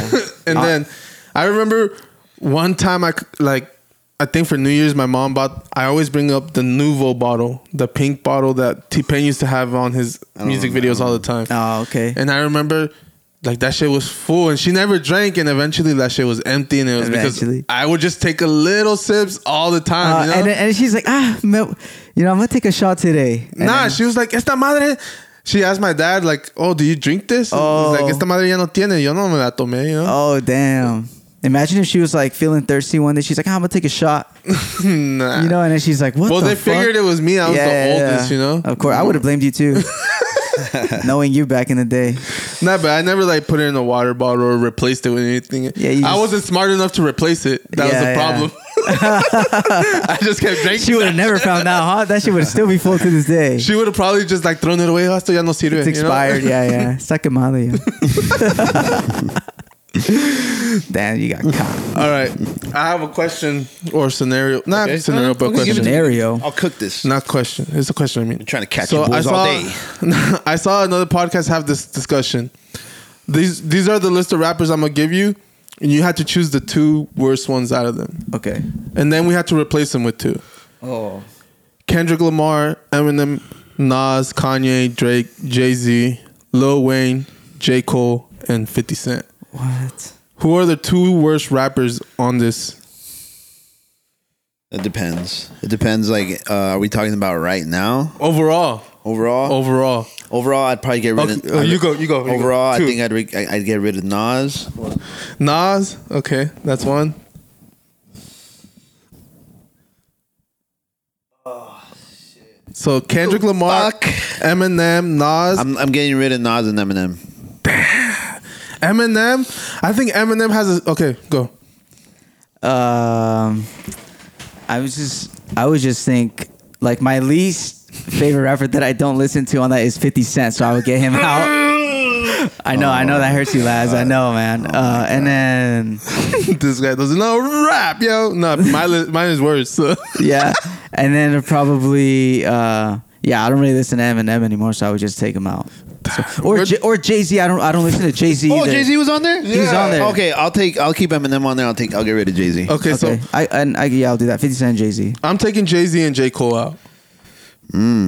C: and then I remember one time I c- like I think for New Year's my mom bought. I always bring up the Nuvo bottle, the pink bottle that T Pain used to have on his music videos all the time.
A: oh okay,
C: And I remember like that shit was full and she never drank and eventually that shit was empty and it was
A: Eventually.
C: because I would just take a little sips all the time.
A: uh,
C: you know?
A: and and she's like ah, mel- you know I'm gonna take a shot today. And
C: Nah,
A: then-
C: she was like, esta madre. She asked my dad, like, oh, do you drink this? And
A: Oh.
C: He's like, esta madre ya no tiene. Yo no me la tomé, you know?
A: oh damn. Imagine if she was like feeling thirsty one day. She's like, ah, "I'm gonna take a shot,"
C: nah.
A: you know, and then she's like, "What?"
C: well,
A: the
C: they
A: fuck?
C: figured it was me. I was the
A: Yeah, Oh.
C: oldest, you know? Mm-hmm.
A: Of course, I would have blamed you too,
C: *laughs*
A: knowing you back in the day.
C: Nah, but I never, like, put it in a water bottle or replaced it with anything.
A: Yeah, you
C: I
A: just-
C: wasn't smart enough to replace it. That was
A: Yeah,
C: the
A: yeah. *laughs*
C: problem. *laughs* I just kept drinking.
A: She would have never found out, huh? That shit would still be full to this day.
C: She would have probably just, like, thrown it away. "Oh, Esto ya no sirve.
A: it's
C: *laughs* you know?
A: expired. Yeah, yeah. Saca madre. *laughs* Damn, you got caught.
C: *laughs* All right. I have a question or scenario. Not
B: Okay.
C: scenario, but
B: Okay, give it to
C: question.
B: me.
A: Scenario.
B: I'll cook this.
C: Not question. It's a question. I mean,
B: I'm trying to catch you boys
C: saw,
B: all day.
C: *laughs* I saw another podcast have this discussion. These these are the list of rappers I'm gonna give you, and you had to choose the two worst ones out of them,
A: Okay.
C: and then we had to replace them with two:
A: Oh.
C: Kendrick Lamar, Eminem, Nas, Kanye, Drake, Jay Z, Lil Wayne, J Cole, and Fifty Cent.
A: What?
C: Who are the two worst rappers on this?
B: It depends. It depends. Like, uh, are we talking about right now?
C: Overall,
B: Overall,
C: overall,
B: overall, I'd probably get rid
C: Okay,
B: of.
C: uh, you go, you go, you go.
B: Overall,
C: Two.
B: I think I'd re- I- I'd get rid of Nas.
C: Nas. Okay, that's one. So Kendrick Lamar,
B: fuck?
C: Eminem, Nas,
B: I'm I'm getting rid of Nas and Eminem.
C: Eminem. I think Eminem has a okay. Go. *laughs*
A: Um, I was just, I would just think like my least favorite rapper that I don't listen to on that is Fifty Cent, so I would
C: *laughs*
A: get him out. I know, I know that hurts you, lads. I know,
C: Oh,
A: man. uh, and then
C: this guy doesn't know rap, yo. No, my li- mine is worse. *laughs* So.
A: yeah, and then probably uh, yeah. I don't really listen to Eminem anymore, so I would just take him out. So- or J- or Jay Z. I don't, I don't listen to Jay Z.
B: Oh, Jay Z was on there.
A: He was on there.
B: Okay, I'll take. I'll keep Eminem on there. I'll take. I'll get rid of Jay Z.
C: Okay, so
A: Okay, I, and I yeah, I'll do that. Fifty Cent, Jay Z.
C: I'm taking Jay Z and J Cole out.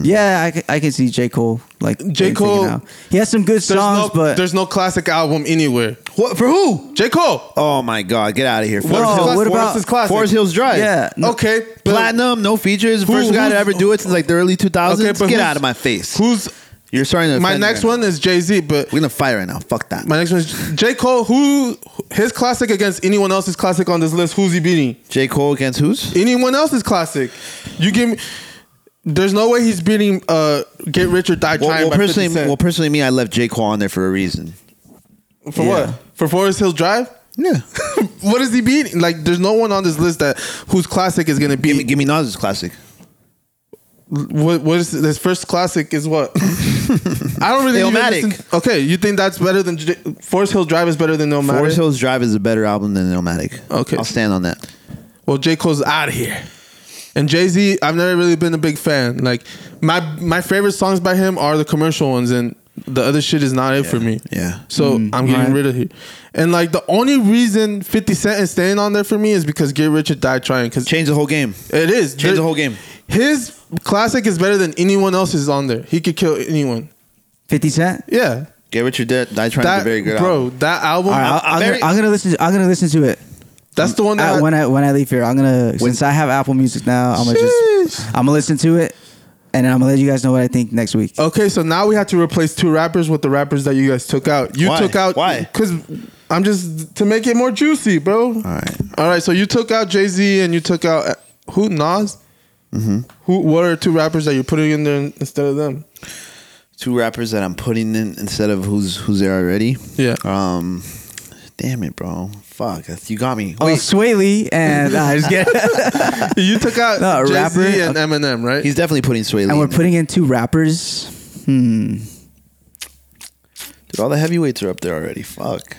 A: Yeah, I, c- I can see J Cole like being taken
C: Hmm. Cole-
A: out. He has some good
C: There's
A: songs,
C: no,
A: but
C: there's no classic album anywhere.
B: What for who?
C: J Cole.
B: Oh my God! Get out of here.
C: Forest
A: Whoa,
C: Hills-
A: what
C: Forest
A: about-
C: Hills classic?
B: Forest Hills Drive.
A: Yeah. no-
C: Okay, but-
B: Platinum, no features.
C: Who-
B: First guy to
C: who's-
B: ever do it since like the early 2000s.
C: Okay, but
B: Get
C: who's-
B: out of my face.
C: Who's
B: You're starting to.
C: my
B: offend me
C: next
B: right
C: one
B: now.
C: is Jay Z, but
B: We're gonna fight right now. Fuck that.
C: My next one is J. Cole. Who his classic against anyone else's classic on this list? Who's he beating?
B: J Cole against who's?
C: Anyone else's classic? You give me. There's no way he's beating uh, "Get Rich or Die
B: Well,
C: Trying"
B: well,
C: by 50
B: personally,
C: Cent.
B: well, personally, me, I left J Cole on there for a reason.
C: for
A: yeah.
C: what? For Forest Hills Drive?
B: *laughs* Yeah.
C: What is he beating? Like, there's no one on this list that whose classic is gonna
B: give me,
C: be.
B: give me Nas's classic.
C: What, what is this first classic? Is
B: *laughs*
C: what? I don't really. even
B: Illmatic.
C: listen- Okay, you think that's better than J- Forest Hills Drive is better than No Matter?
B: Forest Hills Drive is a better album than Illmatic.
C: Okay.
B: I'll stand on that.
C: well J Cole's out of here, and Jay Z. I've never really been a big fan. Like my my favorite songs by him are the commercial ones, and the other shit is not it for me.
B: yeah. Mm,
C: So I'm getting rid of here, and like the only reason Fifty Cent is staying on there for me is because Get Rich or Die Trying. Because
B: Change the whole game.
C: it is
B: Change the whole game.
C: His classic is better than anyone else's on there. He could kill anyone.
A: Fifty Cent.
C: Yeah,
B: Get Richard Dead. Die Trying is
C: that
B: a very good
C: bro.
B: album.
C: That album.
A: All right,
B: I'm-
A: I'm,
B: I'm
A: I'm,
B: very-
A: gonna, I'm gonna listen. To, I'm gonna listen to it
C: that's the one that
A: I, when I when I leave here. I'm gonna since I have Apple Music now. I'm gonna
C: Sheesh.
A: just I'm gonna listen to it, and I'm gonna let you guys know what I think next week.
C: Okay, so now we have to replace two rappers with the rappers that you guys took out. You
B: Why?
C: took out
B: Why?
C: Because I'm just to make it more juicy, bro. All
B: right.
C: all right. So you took out Jay Z and you took out uh, who Nas. Who? What are two rappers that you're putting in there instead of them?
B: Two rappers that I'm putting in instead of who's who's there already.
C: Yeah.
B: Um, damn it, bro. Fuck, that's- you got me.
A: Oh,
B: Wait,
A: Sway Lee and uh, I just get,
C: *laughs* you took out
A: No, a
C: Jay Z
A: rapper?
C: and Eminem, right?
B: he's definitely putting Sway Lee.
A: and we're
B: in there.
A: putting in two rappers. Hmm.
B: Dude, all the heavyweights are up there already. Fuck.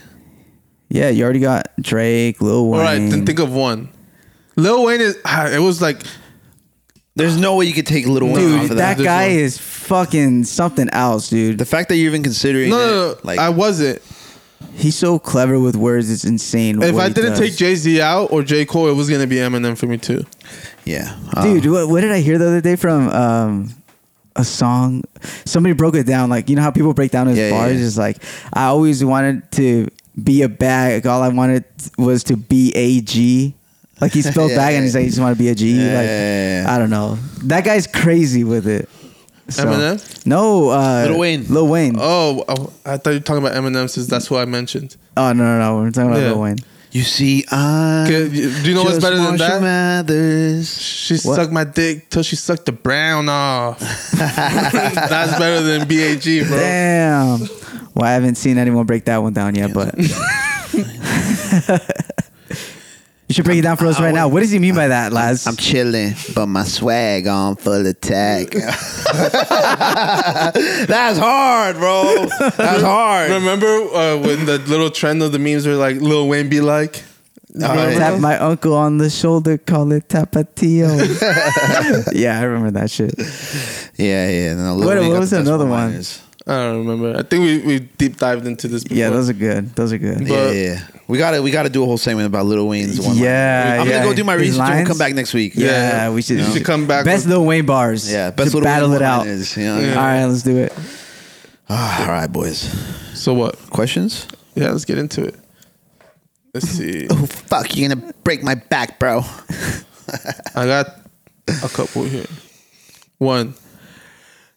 A: Yeah, you already got Drake, Lil
C: all
A: Wayne.
C: right. Then think of one. Lil Wayne is. ah, It was like
B: There's no way you could take Little Wayne
A: dude,
B: off of that.
A: that
C: There's
A: guy
C: no-
A: is fucking something else, dude.
B: The fact that you're even considering
C: no,
B: it,
C: no, no.
B: like
C: I wasn't.
A: He's so clever with words. It's insane.
C: If
A: what
C: I
A: he
C: didn't
A: does.
C: take Jay Z out or J Cole, it was gonna be Eminem for me too.
B: yeah,
A: Dude,
B: Uh,
A: what, what did I hear the other day from um, a song? Somebody broke it down. Like, you know how people break down his
B: Yeah, yeah,
A: bars?
B: yeah.
A: It's like, I always wanted to be a bag. All I wanted was to be a G. Like,
B: *laughs*
A: he spelled
B: Yeah,
A: bag
B: yeah,
A: and he's like, I just want to be a G.
B: Yeah,
A: like,
B: yeah, yeah, yeah.
A: I don't know. That guy's crazy with it. So-
C: Eminem?
A: No, uh,
B: Lil Wayne.
A: Lil Wayne. Oh,
C: Oh, oh, I thought you were talking about Eminem since that's who I mentioned.
A: Oh, no, no, no. We're talking about
C: Yeah.
A: Lil Wayne.
B: you see, I
A: Um,
C: Okay, do you know what's better than that?
B: Mathers.
C: She
A: What?
C: sucked my dick till she sucked the brown
A: *laughs*
C: off. That's better than BAG, bro.
A: Damn. Well, I haven't seen anyone break that one down yet, but *laughs* You should break it down for us right now. What does he mean by that, Laz?
B: I'm chilling, but my swag on full *laughs* attack. That's hard, bro. That's hard.
C: Remember uh, when the little trend of the memes were like Lil Wayne be like?
B: Alright.
A: Tap my uncle on the shoulder, call it tapatio. yeah, I remember that shit.
B: Yeah, yeah. No, Lil
A: What-
B: Wayne
A: what
B: got
A: was
B: the best
A: another one?
B: one-liners.
C: I don't remember. I think we, we deep dived into this. Before.
A: Yeah, those are good. Those are good.
B: Yeah,
C: But-
B: yeah, yeah. We gotta we gotta do a whole segment about Lil Wayne's one.
A: Yeah,
B: I'm
A: yeah.
B: gonna go do my
A: His
B: research. and We'll
A: lines?
B: come back next week.
A: Yeah, we should.
C: You should come back
A: Best
C: with-
A: Lil Wayne bars.
B: yeah. Best
A: to
B: Lil
A: battle
B: Wayne
A: it out.
B: one-liners, you know what I mean?
A: All right, let's do it.
B: Ah, All right, boys.
C: so what?
B: Questions?
C: Yeah, let's get into it. Let's see.
B: Oh fuck, you're gonna break my back, bro.
C: I got a couple here. One.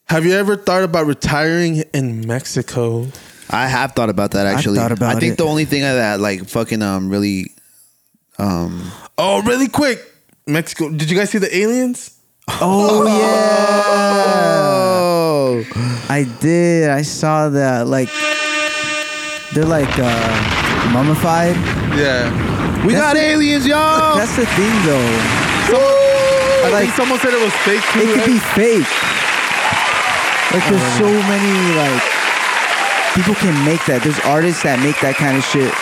C: Have you ever thought about retiring in Mexico?
B: I have thought about that actually.
A: thought about
B: think
A: it.
B: the only thing of that like fucking um really um
C: Oh, really quick. Mexico. Did you guys see the aliens?
A: Oh yeah,
B: Oh
A: I did. I saw that. Like they're like uh, mummified.
C: Yeah.
B: we
A: That's
B: got
A: the-
B: aliens, y'all.
A: That's the thing, though.
C: I
A: Like-
C: think someone said it was fake too.
A: It could
C: right?
A: be fake. Like there's so many like people can make that. There's artists that make that kind of shit.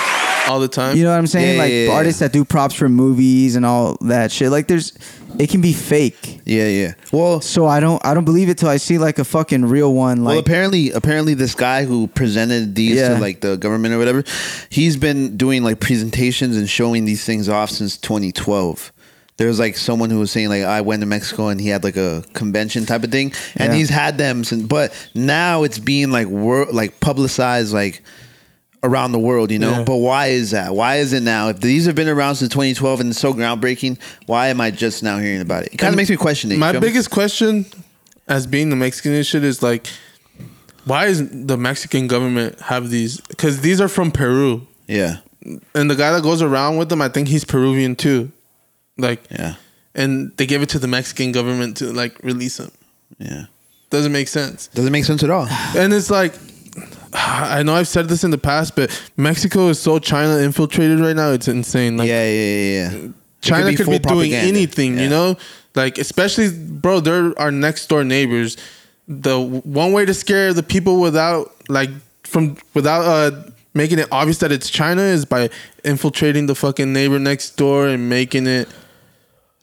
C: all the time.
A: You know what I'm saying?
B: Yeah,
A: like
B: yeah, yeah,
A: artists that do props for movies and all that shit. Like there's, it can be fake.
B: yeah, yeah. Well,
A: So I don't, I don't believe it till I see like a fucking real one.
B: well,
A: Like
B: apparently, apparently, this guy who presented these
A: Yeah.
B: to like the government or whatever, he's been doing like presentations and showing these things off since 2012. There was like someone who was saying like I went to Mexico and he had like a convention type of thing, and
A: Yeah.
B: he's had them since. But now it's being like wor- like publicized like around the world, you know.
C: Yeah.
B: But why is that? Why is it now? If these have been around since 2012 and it's so groundbreaking, why am I just now hearing about it? It kind of
C: And
B: makes me question it. you
C: My
B: feel me?
C: biggest question, as being the Mexican and shit, is like, why is the Mexican government have these? Because these are from Peru,
B: yeah,
C: and the guy that goes around with them, I think he's Peruvian too. Like,
B: yeah,
C: and they give it to the Mexican government to like release him.
B: yeah.
C: Doesn't make sense.
B: Doesn't make sense at all.
C: And it's like, *sighs* I know I've said this in the past, but Mexico is so China infiltrated right now. It's insane. Like,
B: yeah, yeah, yeah, yeah.
C: China could be,
B: full
C: doing
B: propaganda.
C: anything,
B: Yeah.
C: you know? Like, especially, bro, they're our next door neighbors. The one way to scare the people without, like, from without uh, making it obvious that it's China is by infiltrating the fucking neighbor next door and making it,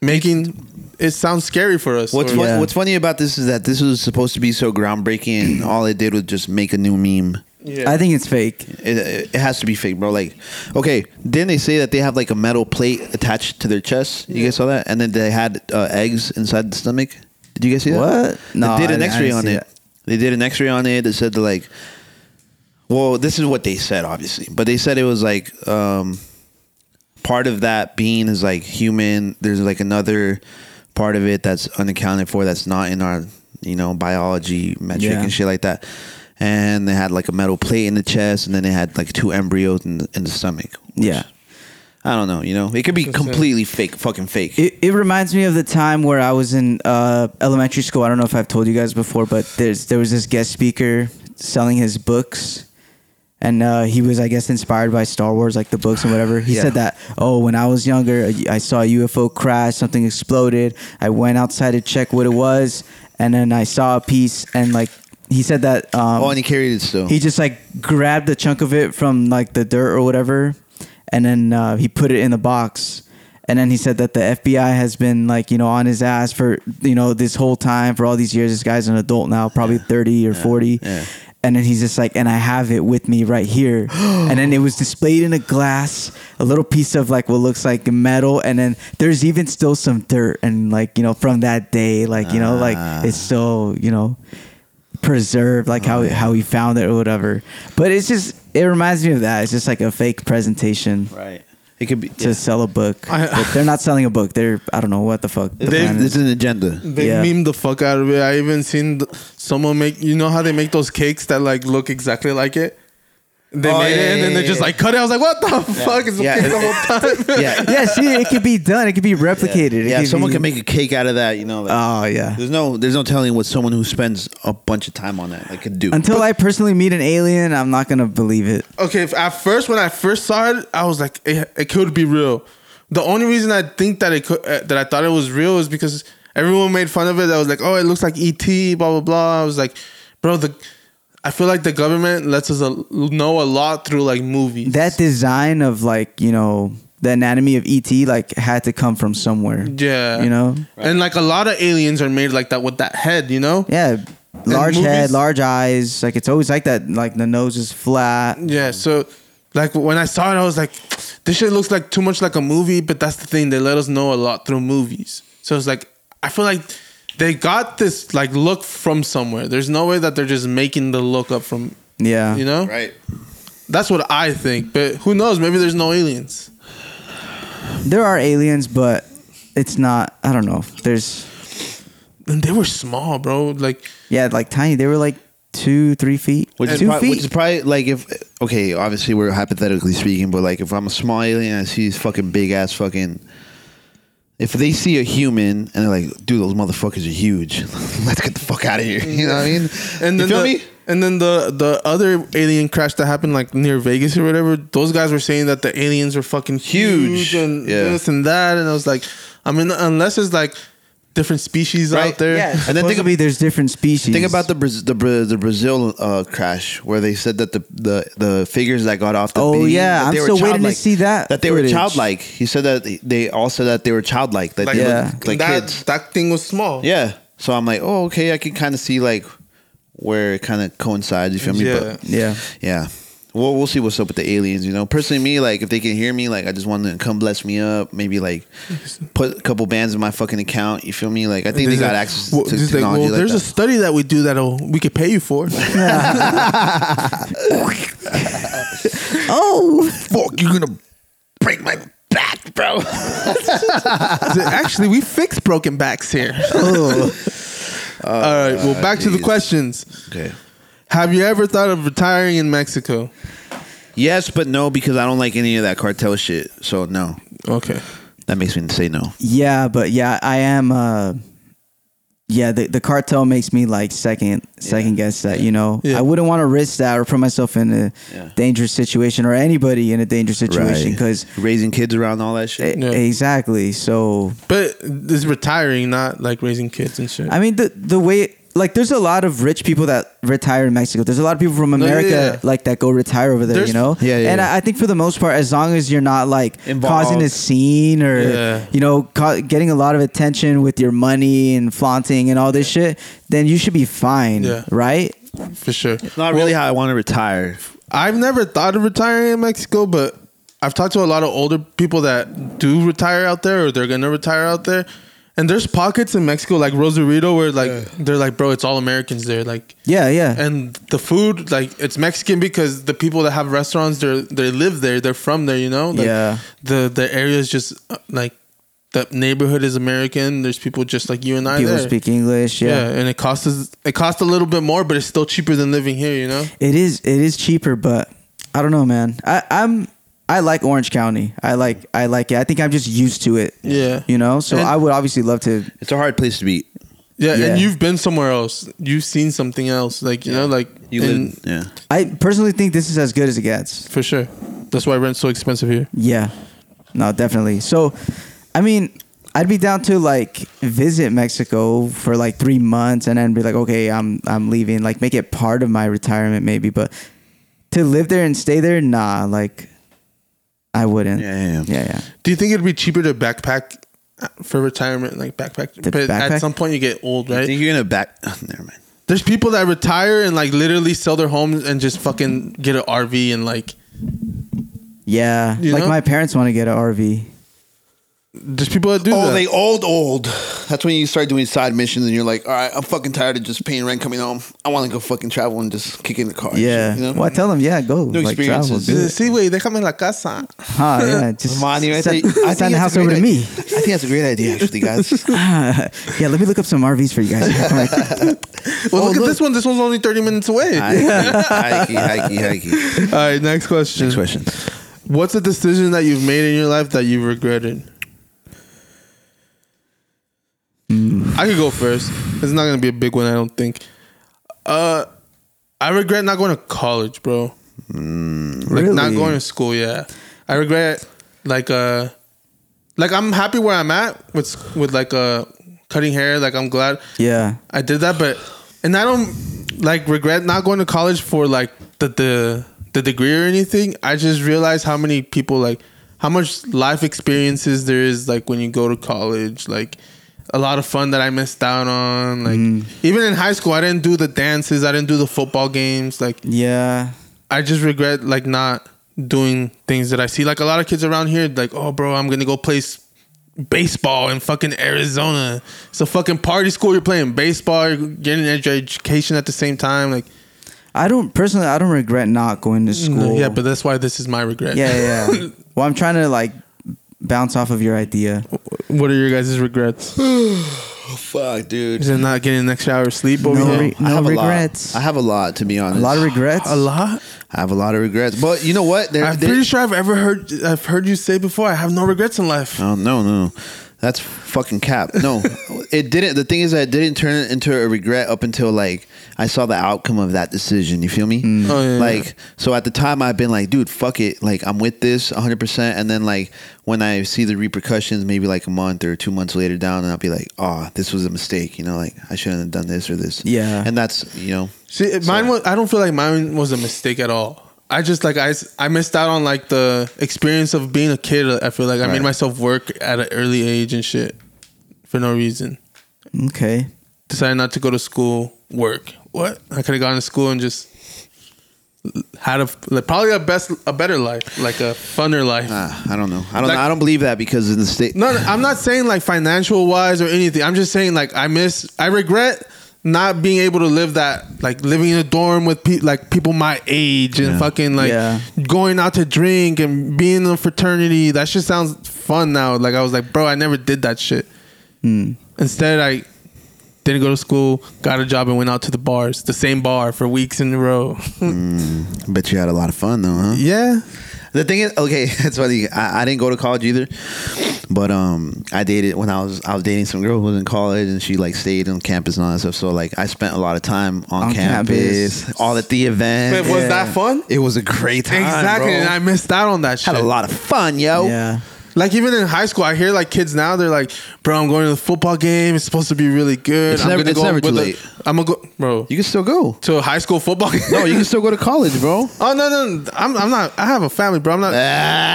C: making it sound scary for us.
B: What's
C: Or-
B: fun,
A: Yeah.
B: What's funny about this is that this was supposed to be so groundbreaking, and all it did was just make a new meme.
C: Yeah.
A: I think it's fake.
B: It, it has to be fake, bro. Like, okay, didn't they say that they have like a metal plate attached to their chest? You guys saw that? And then they had uh, eggs inside the stomach. Did you guys see that?
A: What? No,
B: they did
A: I-
B: an
A: I
B: X-ray
A: didn't
B: on
A: see
B: it.
A: that.
B: They did an X-ray on it. They said that like, well, this is what they said, obviously, but they said it was like um, part of that being is like human. There's like another part of it that's unaccounted for that's not in our you know biology metric
A: Yeah.
B: and shit like that. And they had like a metal plate in the chest, and then they had like two embryos in the, in the stomach. which-
A: Yeah.
B: I don't know. You know, it could be completely fake, fucking fake.
A: It, it reminds me of the time where I was in uh, elementary school. I don't know if I've told you guys before, but there's there was this guest speaker selling his books, and uh, he was, I guess, inspired by Star Wars, like the books and whatever. He
B: Yeah.
A: said that, oh, when I was younger, I- I saw a UFO crash, something exploded. I went outside to check what it was, and then I saw a piece, and like he said that. Um,
B: oh, and he carried it still.
A: he just like grabbed a chunk of it from like the dirt or whatever, and then uh, he put it in the box. And then he said that the FBI has been like you know on his ass for you know this whole time for all these years. This guy's an adult now, probably thirty or forty.
B: yeah.
A: And then he's just like, and I have it with me right
B: *gasps*
A: here. and then it was displayed in a glass, a little piece of like what looks like metal. And then there's even still some dirt. And like, you know, from that day, like, you know, like
B: Ah.
A: it's still, you know, preserved like how how he found it or whatever but it's just it reminds me of that it's just like a fake presentation
B: right. It could be.
A: to
B: yeah.
A: sell a book
C: I-
B: *laughs*
A: But they're not selling a book they're i don't know what the fuck the
C: They-
A: plan is.
B: It's an agenda.
C: They
A: Yeah.
C: meme the fuck out of it. I even seen th- someone make. You know how they make those cakes that like look exactly like it. They
B: Oh,
C: made
B: yeah,
C: it and
B: yeah,
C: then they
B: yeah,
C: just
B: yeah.
C: like cut it. I was like, what the fuck is
B: Yeah.
C: yeah. the whole time?
B: *laughs* yeah.
A: *laughs* yeah see it could be done it could be replicated It
B: *laughs* Yeah,
A: could
B: someone
A: be-
B: can make a cake out of that, you know. Like,
A: oh yeah
B: there's no, there's no telling what someone who spends a bunch of time on that like could do.
A: until i personally meet an alien i'm not gonna believe it
C: okay, if- at first when I first saw it, I was like, it, it could be real. The only reason I think that it could, uh, that I thought it was real is because everyone made fun of it. I was like, oh, it looks like ET, blah blah blah. I was like, bro, the I feel like the government lets us a, know a lot through like movies.
A: That design of like you know the anatomy of ET like had to come from somewhere.
C: yeah,
A: you know.
C: and like a lot of aliens are made like that with that head, you know.
A: Yeah, large head,
C: movies-
A: large eyes. Like it's always like that. Like the nose is flat.
C: Yeah, so like when I saw it, I was like, this shit looks like too much like a movie, but that's the thing. They let us know a lot through movies. So it's like, I feel like they got this like look from somewhere. There's no way that they're just making the look up from,
A: Yeah,
C: you know?
B: Right.
C: That's what I think, but who knows? Maybe there's no aliens.
A: there are aliens, but it's not. I don't know. There's
C: And they were small, bro. Like,
A: yeah, like tiny. They were like two, three feet.
B: Which is,
A: two
B: prob-
A: feet.
B: which is probably like if okay, obviously we're hypothetically speaking, but like if I'm a small alien, I see these fucking big ass fucking. If they see a human and they're like, "Dude, those motherfuckers are huge. *laughs* Let's get the fuck out of here." You know what I mean?
C: *laughs* and
B: you
C: then,
B: feel
C: the,
B: me?
C: and then the, the other alien crash that happened like near Vegas or whatever, those guys were saying that the aliens were fucking huge,
B: Huge.
C: and
B: Yeah.
C: this and that. And I was like, I mean, unless it's like different species
B: Right.
C: out there.
A: yeah,
B: And then think
A: supposedly there's different species.
B: Think about the Braz- the, Bra- the Brazil uh, crash where they said that the, the, the figures that got off the
A: Oh,
B: beam,
A: yeah,
B: that
A: I'm
B: they were
A: still waiting to
B: childlike.
A: see that
B: that they
A: footage.
B: were childlike. He said that they- they all said that they were childlike, that
C: *laughs*
B: like,
C: Like,
B: they
A: Yeah.
B: yeah. like
C: that,
B: kids.
C: that thing was small.
B: Yeah. So I'm like, oh okay, I can kind of see like where it kind of coincides. You feel me?
C: Yeah.
B: But
A: yeah.
B: yeah. Well, we'll see what's up with the aliens. You know, personally, me like if they can hear me, like I just want them to come bless me up. Maybe like put a couple bands in my fucking account. You feel me? Like I think they
C: There's
B: got
C: a-
B: access
C: well,
B: to
C: there's like,
B: technology.
C: well,
B: like
C: there's
B: that.
C: a study that we do that we could pay
B: *laughs*
C: you for.
B: *laughs*
A: Oh,
B: fuck, you're gonna break my back, bro.
C: Actually, we fix broken
B: *laughs*
C: backs here. All right. Well, back to the
B: geez.
C: questions.
B: okay.
C: Have you ever thought of retiring in Mexico?
B: Yes, but no, because I don't like any of that cartel shit. So no,
C: Okay.
B: that makes me say no.
A: yeah, but yeah, I am. uh Yeah, the, the cartel makes me like second second guess that. You know,
C: Yeah.
A: I wouldn't want to risk that or put myself in a
B: Yeah.
A: dangerous situation or anybody in a dangerous situation because.
B: raising kids around all that shit.
C: Yeah.
A: Exactly. So
C: But it's retiring, not like raising kids and shit.
A: I mean, the the way like there's a lot of rich people that retire in Mexico. There's a lot of people from
C: yeah,
A: America
C: yeah.
A: like that go retire over there.
C: There's-
A: you know,
B: Yeah, yeah,
A: And
B: yeah.
A: I, I think for the most part, as long as you're not like
B: Involved.
A: causing a scene or
C: Yeah.
A: you know ca- getting a lot of attention with your money and flaunting and all this shit, then you should be fine,
C: Yeah.
A: right?
C: for sure.
B: Not really how I want to retire.
C: I've never thought of retiring in Mexico, but I've talked to a lot of older people that do retire out there or they're gonna retire out there. And there's pockets in Mexico like Rosarito where like they're like, bro, it's all Americans there. Like
A: Yeah, yeah.
C: and the food, like it's Mexican because the people that have restaurants they are they live there, they're from there, you know? Like,
A: Yeah.
C: The the area is just uh, like the neighborhood is American. There's people just like you and I.
A: people
C: there.
A: speak English.
C: Yeah,
A: yeah,
C: and it costs us- it costs a little bit more, but it's still cheaper than living here, you know?
A: it is. It is cheaper, but I don't know, man. I, I'm. I like Orange County. I like I like it. I think I'm just used to it.
C: Yeah.
A: You know, so
C: And-
A: I would obviously love to
B: It's a hard place to be.
C: Yeah,
A: Yeah.
C: and you've been somewhere else. You've seen something else. Like, you know, like
B: You
C: and-
B: live, yeah.
A: I personally think this is as good as it gets.
C: for sure. That's why rent's so expensive here.
A: Yeah. No, definitely. So, I mean, I'd be down to like visit Mexico for like 3 months and then be like, "Okay, I'm I'm leaving." Like make it part of my retirement maybe, but to live there and stay there, nah, like I wouldn't.
B: Yeah, yeah, yeah.
A: Yeah, yeah.
C: Do you think it'd be cheaper to backpack for retirement, like backpack?
A: To
C: but
A: backpack?
C: at some point you get old,
B: I
C: right?
B: think you're gonna back. oh, never mind.
C: There's people that retire and like literally sell their homes and just fucking get an RV and like
A: Yeah.
C: You
A: like
C: know?
A: my parents want to get an RV.
C: there's people that do
B: Oh,
C: that.
B: they old old. That's when you start doing side missions, and you're like, all right, I'm fucking tired of just paying rent, coming home. I want to go fucking travel and just kick in the car. and
A: Yeah.
B: shit, you know?
A: Well, I tell them, yeah, go.
B: New
A: like travel.
B: experiences.
A: Do it.
C: See, wait, they come in la casa.
A: Huh,
B: *laughs*
A: yeah. Just
B: Come on, you- I
A: send,
B: think- I think
A: send the
B: that's
A: house
B: a
A: over
B: great
A: to
B: idea.
A: me.
B: I think that's a great idea, actually, guys.
A: Ah, *laughs* yeah, let me look up some RVs for you guys. *laughs* All right.
C: Well,
B: Oh,
C: look,
B: look.
C: at this one. This one's only 30 minutes
A: *laughs*
B: *laughs*
C: away.
B: Hikey, hikey, hikey.
C: *laughs* All right, next question.
B: Next question.
C: What's a decision that you've made in your life that you've regretted?
B: Hmm.
C: I could go first. It's not gonna be a big one, I don't think. Uh, I regret not going to college, bro. like not
B: Hmm,
A: Really?
C: going to school. Yeah, I regret like uh, like I'm happy where I'm at with with like uh cutting hair. Like I'm glad
A: Yeah.
C: I did that, but and I don't like regret not going to college for like the the the degree or anything. I just realized how many people like how much life experiences there is like when you go to college, like a lot of fun that I missed out on. Like even in high school I didn't do the dances, I didn't do the football games. Like
A: Yeah.
C: I just regret like not doing things that I see. Like a lot of kids around here, like, oh, bro, I'm gonna go play s- baseball in fucking Arizona. It's a fucking party school. You're playing baseball, you're getting ed- education at the same time. Like,
A: I don't personally. I don't regret not going to school.
C: yeah, but that's why this is my regret.
A: yeah, yeah. well, I'm trying to like bounce off of your idea.
C: *laughs* what are your guys' regrets?
B: Fuck, dude.
C: Is it not getting an extra hour of sleep over
A: No
C: here?
A: re-
B: I have a lot.
A: regrets.
B: I have a lot, to be honest.
A: A lot
C: *sighs*
A: of regrets.
C: a lot.
B: I have a lot of regrets, but you know what? There,
C: I'm
B: there-
C: pretty sure I've ever heard I've heard you say before. I have no regrets in life.
B: Oh no, no, that's fucking cap. No, it didn't. The thing is, that it didn't turn it into a regret up until like I saw the outcome of that decision. You feel me?
C: Oh, yeah, yeah.
B: like so, at the time, I've been like, dude, fuck it. Like I'm with this 100. percent And then like when I see the repercussions, maybe like a month or two months later down, and I'll be like, oh, this was a mistake. You know, like I shouldn't have done this or this.
A: Yeah.
B: and that's you know,
C: See, mine was. I don't feel like mine was a mistake at all. I just like I, s- I missed out on like the experience of being a kid. I feel like I
B: Right.
C: made myself work at an early age and shit for no reason.
A: okay.
C: Decided not to go to school, work. What I could have gone to school and just had a like, probably a best a better life, like a funner life.
B: ah, I don't know. I don't.
C: Like-
B: I don't believe that because in the state.
C: No, no, I'm not saying like financial wise or anything. I'm just saying like I miss, I regret not being able to live that, like living in a dorm with pe- like people my age and
B: Yeah.
C: fucking like
A: Yeah.
C: going out to drink and being in a fraternity. That shit sounds fun now. Like I was like, bro, I never did that shit.
B: Hmm.
C: Instead, I didn't go to school, got a job, and went out to the bars, the same bar for weeks in a row.
B: Bet you had a lot of fun though, huh?
C: yeah.
B: The thing is, okay, *laughs* that's funny. I, I didn't go to college either, but um, I dated when I was I was dating some girl who was in college, and she like stayed on campus and all that stuff. So like, I spent a lot of time on,
A: On
B: campus,
A: campus.
B: all at the event.
C: But was that fun?
B: It was a great time.
C: *laughs* Exactly.
B: bro.
C: And I missed out on that shit.
B: had a lot of fun,
C: Oh.
B: yo.
A: Yeah.
C: Like even in high school, I hear like kids now they're like, "Bro, I'm going to the football game. It's supposed to be really good.
B: It's
C: I'm
B: never-
C: gonna
B: it's never too
C: with the-
B: late.
C: I'm gonna go, bro,
B: You can still go.
C: to a high school football *laughs* game.
B: No, you can still go to college, *laughs* bro.
C: oh no, no, I'm, I'm not. I have a family, bro. I'm not.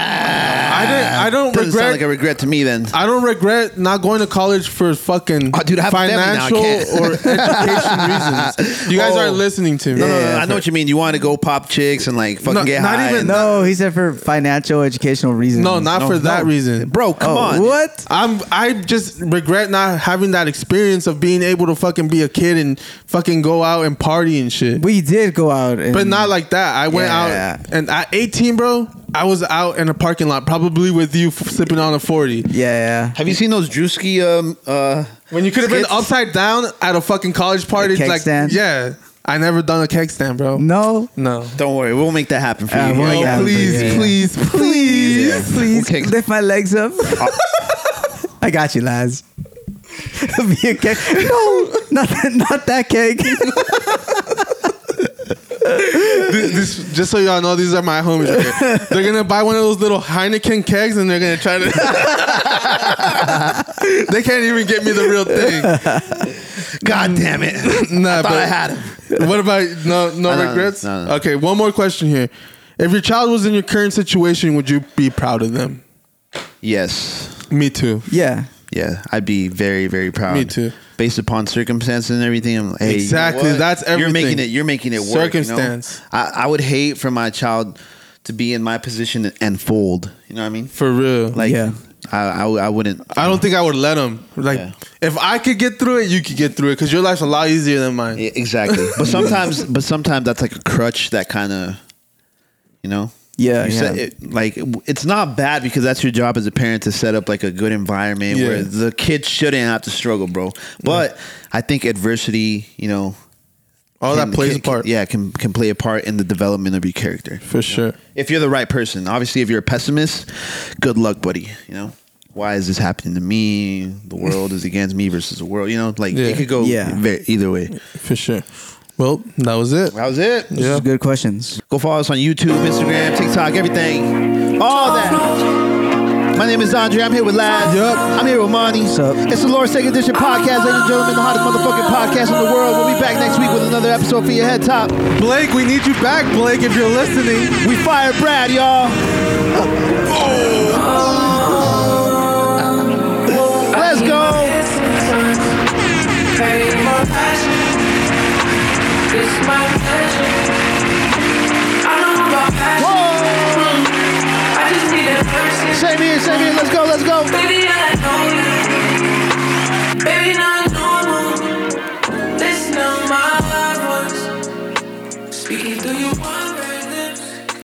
B: I
C: didn't- I don't
B: Ah. Doesn't
C: regret-
B: sound like a regret to me then.
C: I don't regret not going to college for fucking
B: Oh, dude, I have a family now, I
C: financial
B: can't. *laughs*
C: or education reasons. You guys
B: Oh.
C: aren't listening to me.
B: No, no, no, I know what you mean. You want to go pop chicks and like fucking
C: No,
B: get
C: not
B: high.
C: even-
B: and-
A: No, he said for financial educational reasons.
C: No, not for that reason,
B: Mm, bro, come
A: Oh,
B: on.
A: What?
C: I'm I just regret not having that experience of being able to fucking be a kid and fucking go out and party and shit.
A: We did go out, and,
C: But not like that. I went
A: Yeah.
C: out and at 18, bro, I was out in a parking lot, probably with you f- sipping on a 40.
A: Yeah, yeah.
B: Have you seen those Drewski? Um, uh,
C: When you could have been
B: skits?
C: upside down at a fucking college party.
A: keg
C: like,
A: stand?
C: yeah. I never done a keg stand, bro.
A: No.
C: No.
B: Don't worry, we'll make that happen for
A: Uh,
B: you.
A: we'll
B: Yeah.
A: make that
C: Oh,
A: happen.
C: please,
A: Yeah.
C: please, please.
B: Yeah.
A: Please
B: Okay.
A: lift my legs up. *laughs* I got you, Laz. *laughs* Be a keg. No, *laughs* not that, not that *laughs* keg.
C: Th- this, just so y'all know, these are my homies. right here. they're gonna buy one of those little Heineken kegs and they're gonna try to. *laughs* they can't even get me the real thing.
B: *laughs* God damn *laughs* it!
C: Nah,
B: I thought
C: but-
B: I had him.
C: what about no no
B: No, no,
C: regrets?
B: no, no.
C: Okay, one more question here. If your child was in your current situation, would you be proud of them?
B: Yes,
C: Me too.
A: yeah.
B: yeah, I'd be very, very proud.
C: Me too.
B: Based upon circumstances and everything, I'm like, hey, you know
C: Exactly,
B: what?
C: that's
B: You're
C: everything.
B: making it. You're making it work. you know?
C: Circumstance.
B: I, I would hate for my child to be in my position and fold. You know what I mean?
C: For real. Like
B: Like,
A: Yeah.
B: I, I, I wouldn't.
C: I don't think I would let them. Like
B: Yeah.
C: if I could get through it, you could get through it because your life's a lot easier than mine.
B: Yeah,
C: *laughs*
B: exactly. But sometimes, but sometimes that's like a crutch that kind of, you know.
C: Uh,
A: Yeah,
B: You set
A: yeah.
B: it- like it's not bad because that's your job as a parent to set up like a good environment
C: Yeah.
B: where the kids shouldn't have to struggle, bro. But I think adversity, you know,
C: All
B: can-
C: that plays
B: can-
C: a part.
B: Yeah, can can play a part in the development of your character
C: for sure.
B: if you're the right person. Obviously, if you're a pessimist, good luck, buddy. You know. Why is this happening to me? The world is against me versus the world. You know, like
C: Yeah.
B: it could go
A: Yeah.
B: ve- either way.
C: For sure. Well, that was it.
B: That was it.
A: Those
C: Yeah.
A: are good questions.
B: Go follow us on YouTube, Instagram, TikTok, everything. All that. My name name is Andre. I'm here with Laz.
I: Yup.
B: I'm here with Monty.
A: What's up?
B: It's the Laura Second Edition podcast, ladies and gentlemen, the hottest motherfucking podcast in the world. We'll be back next week with another episode for your head top.
I: Blake, we need you back, Blake, if you're listening.
B: We fire Brad,
I: *laughs*
B: y'all. Let's go. Same here, same here. Let's go, let's go.
D: Baby, I know you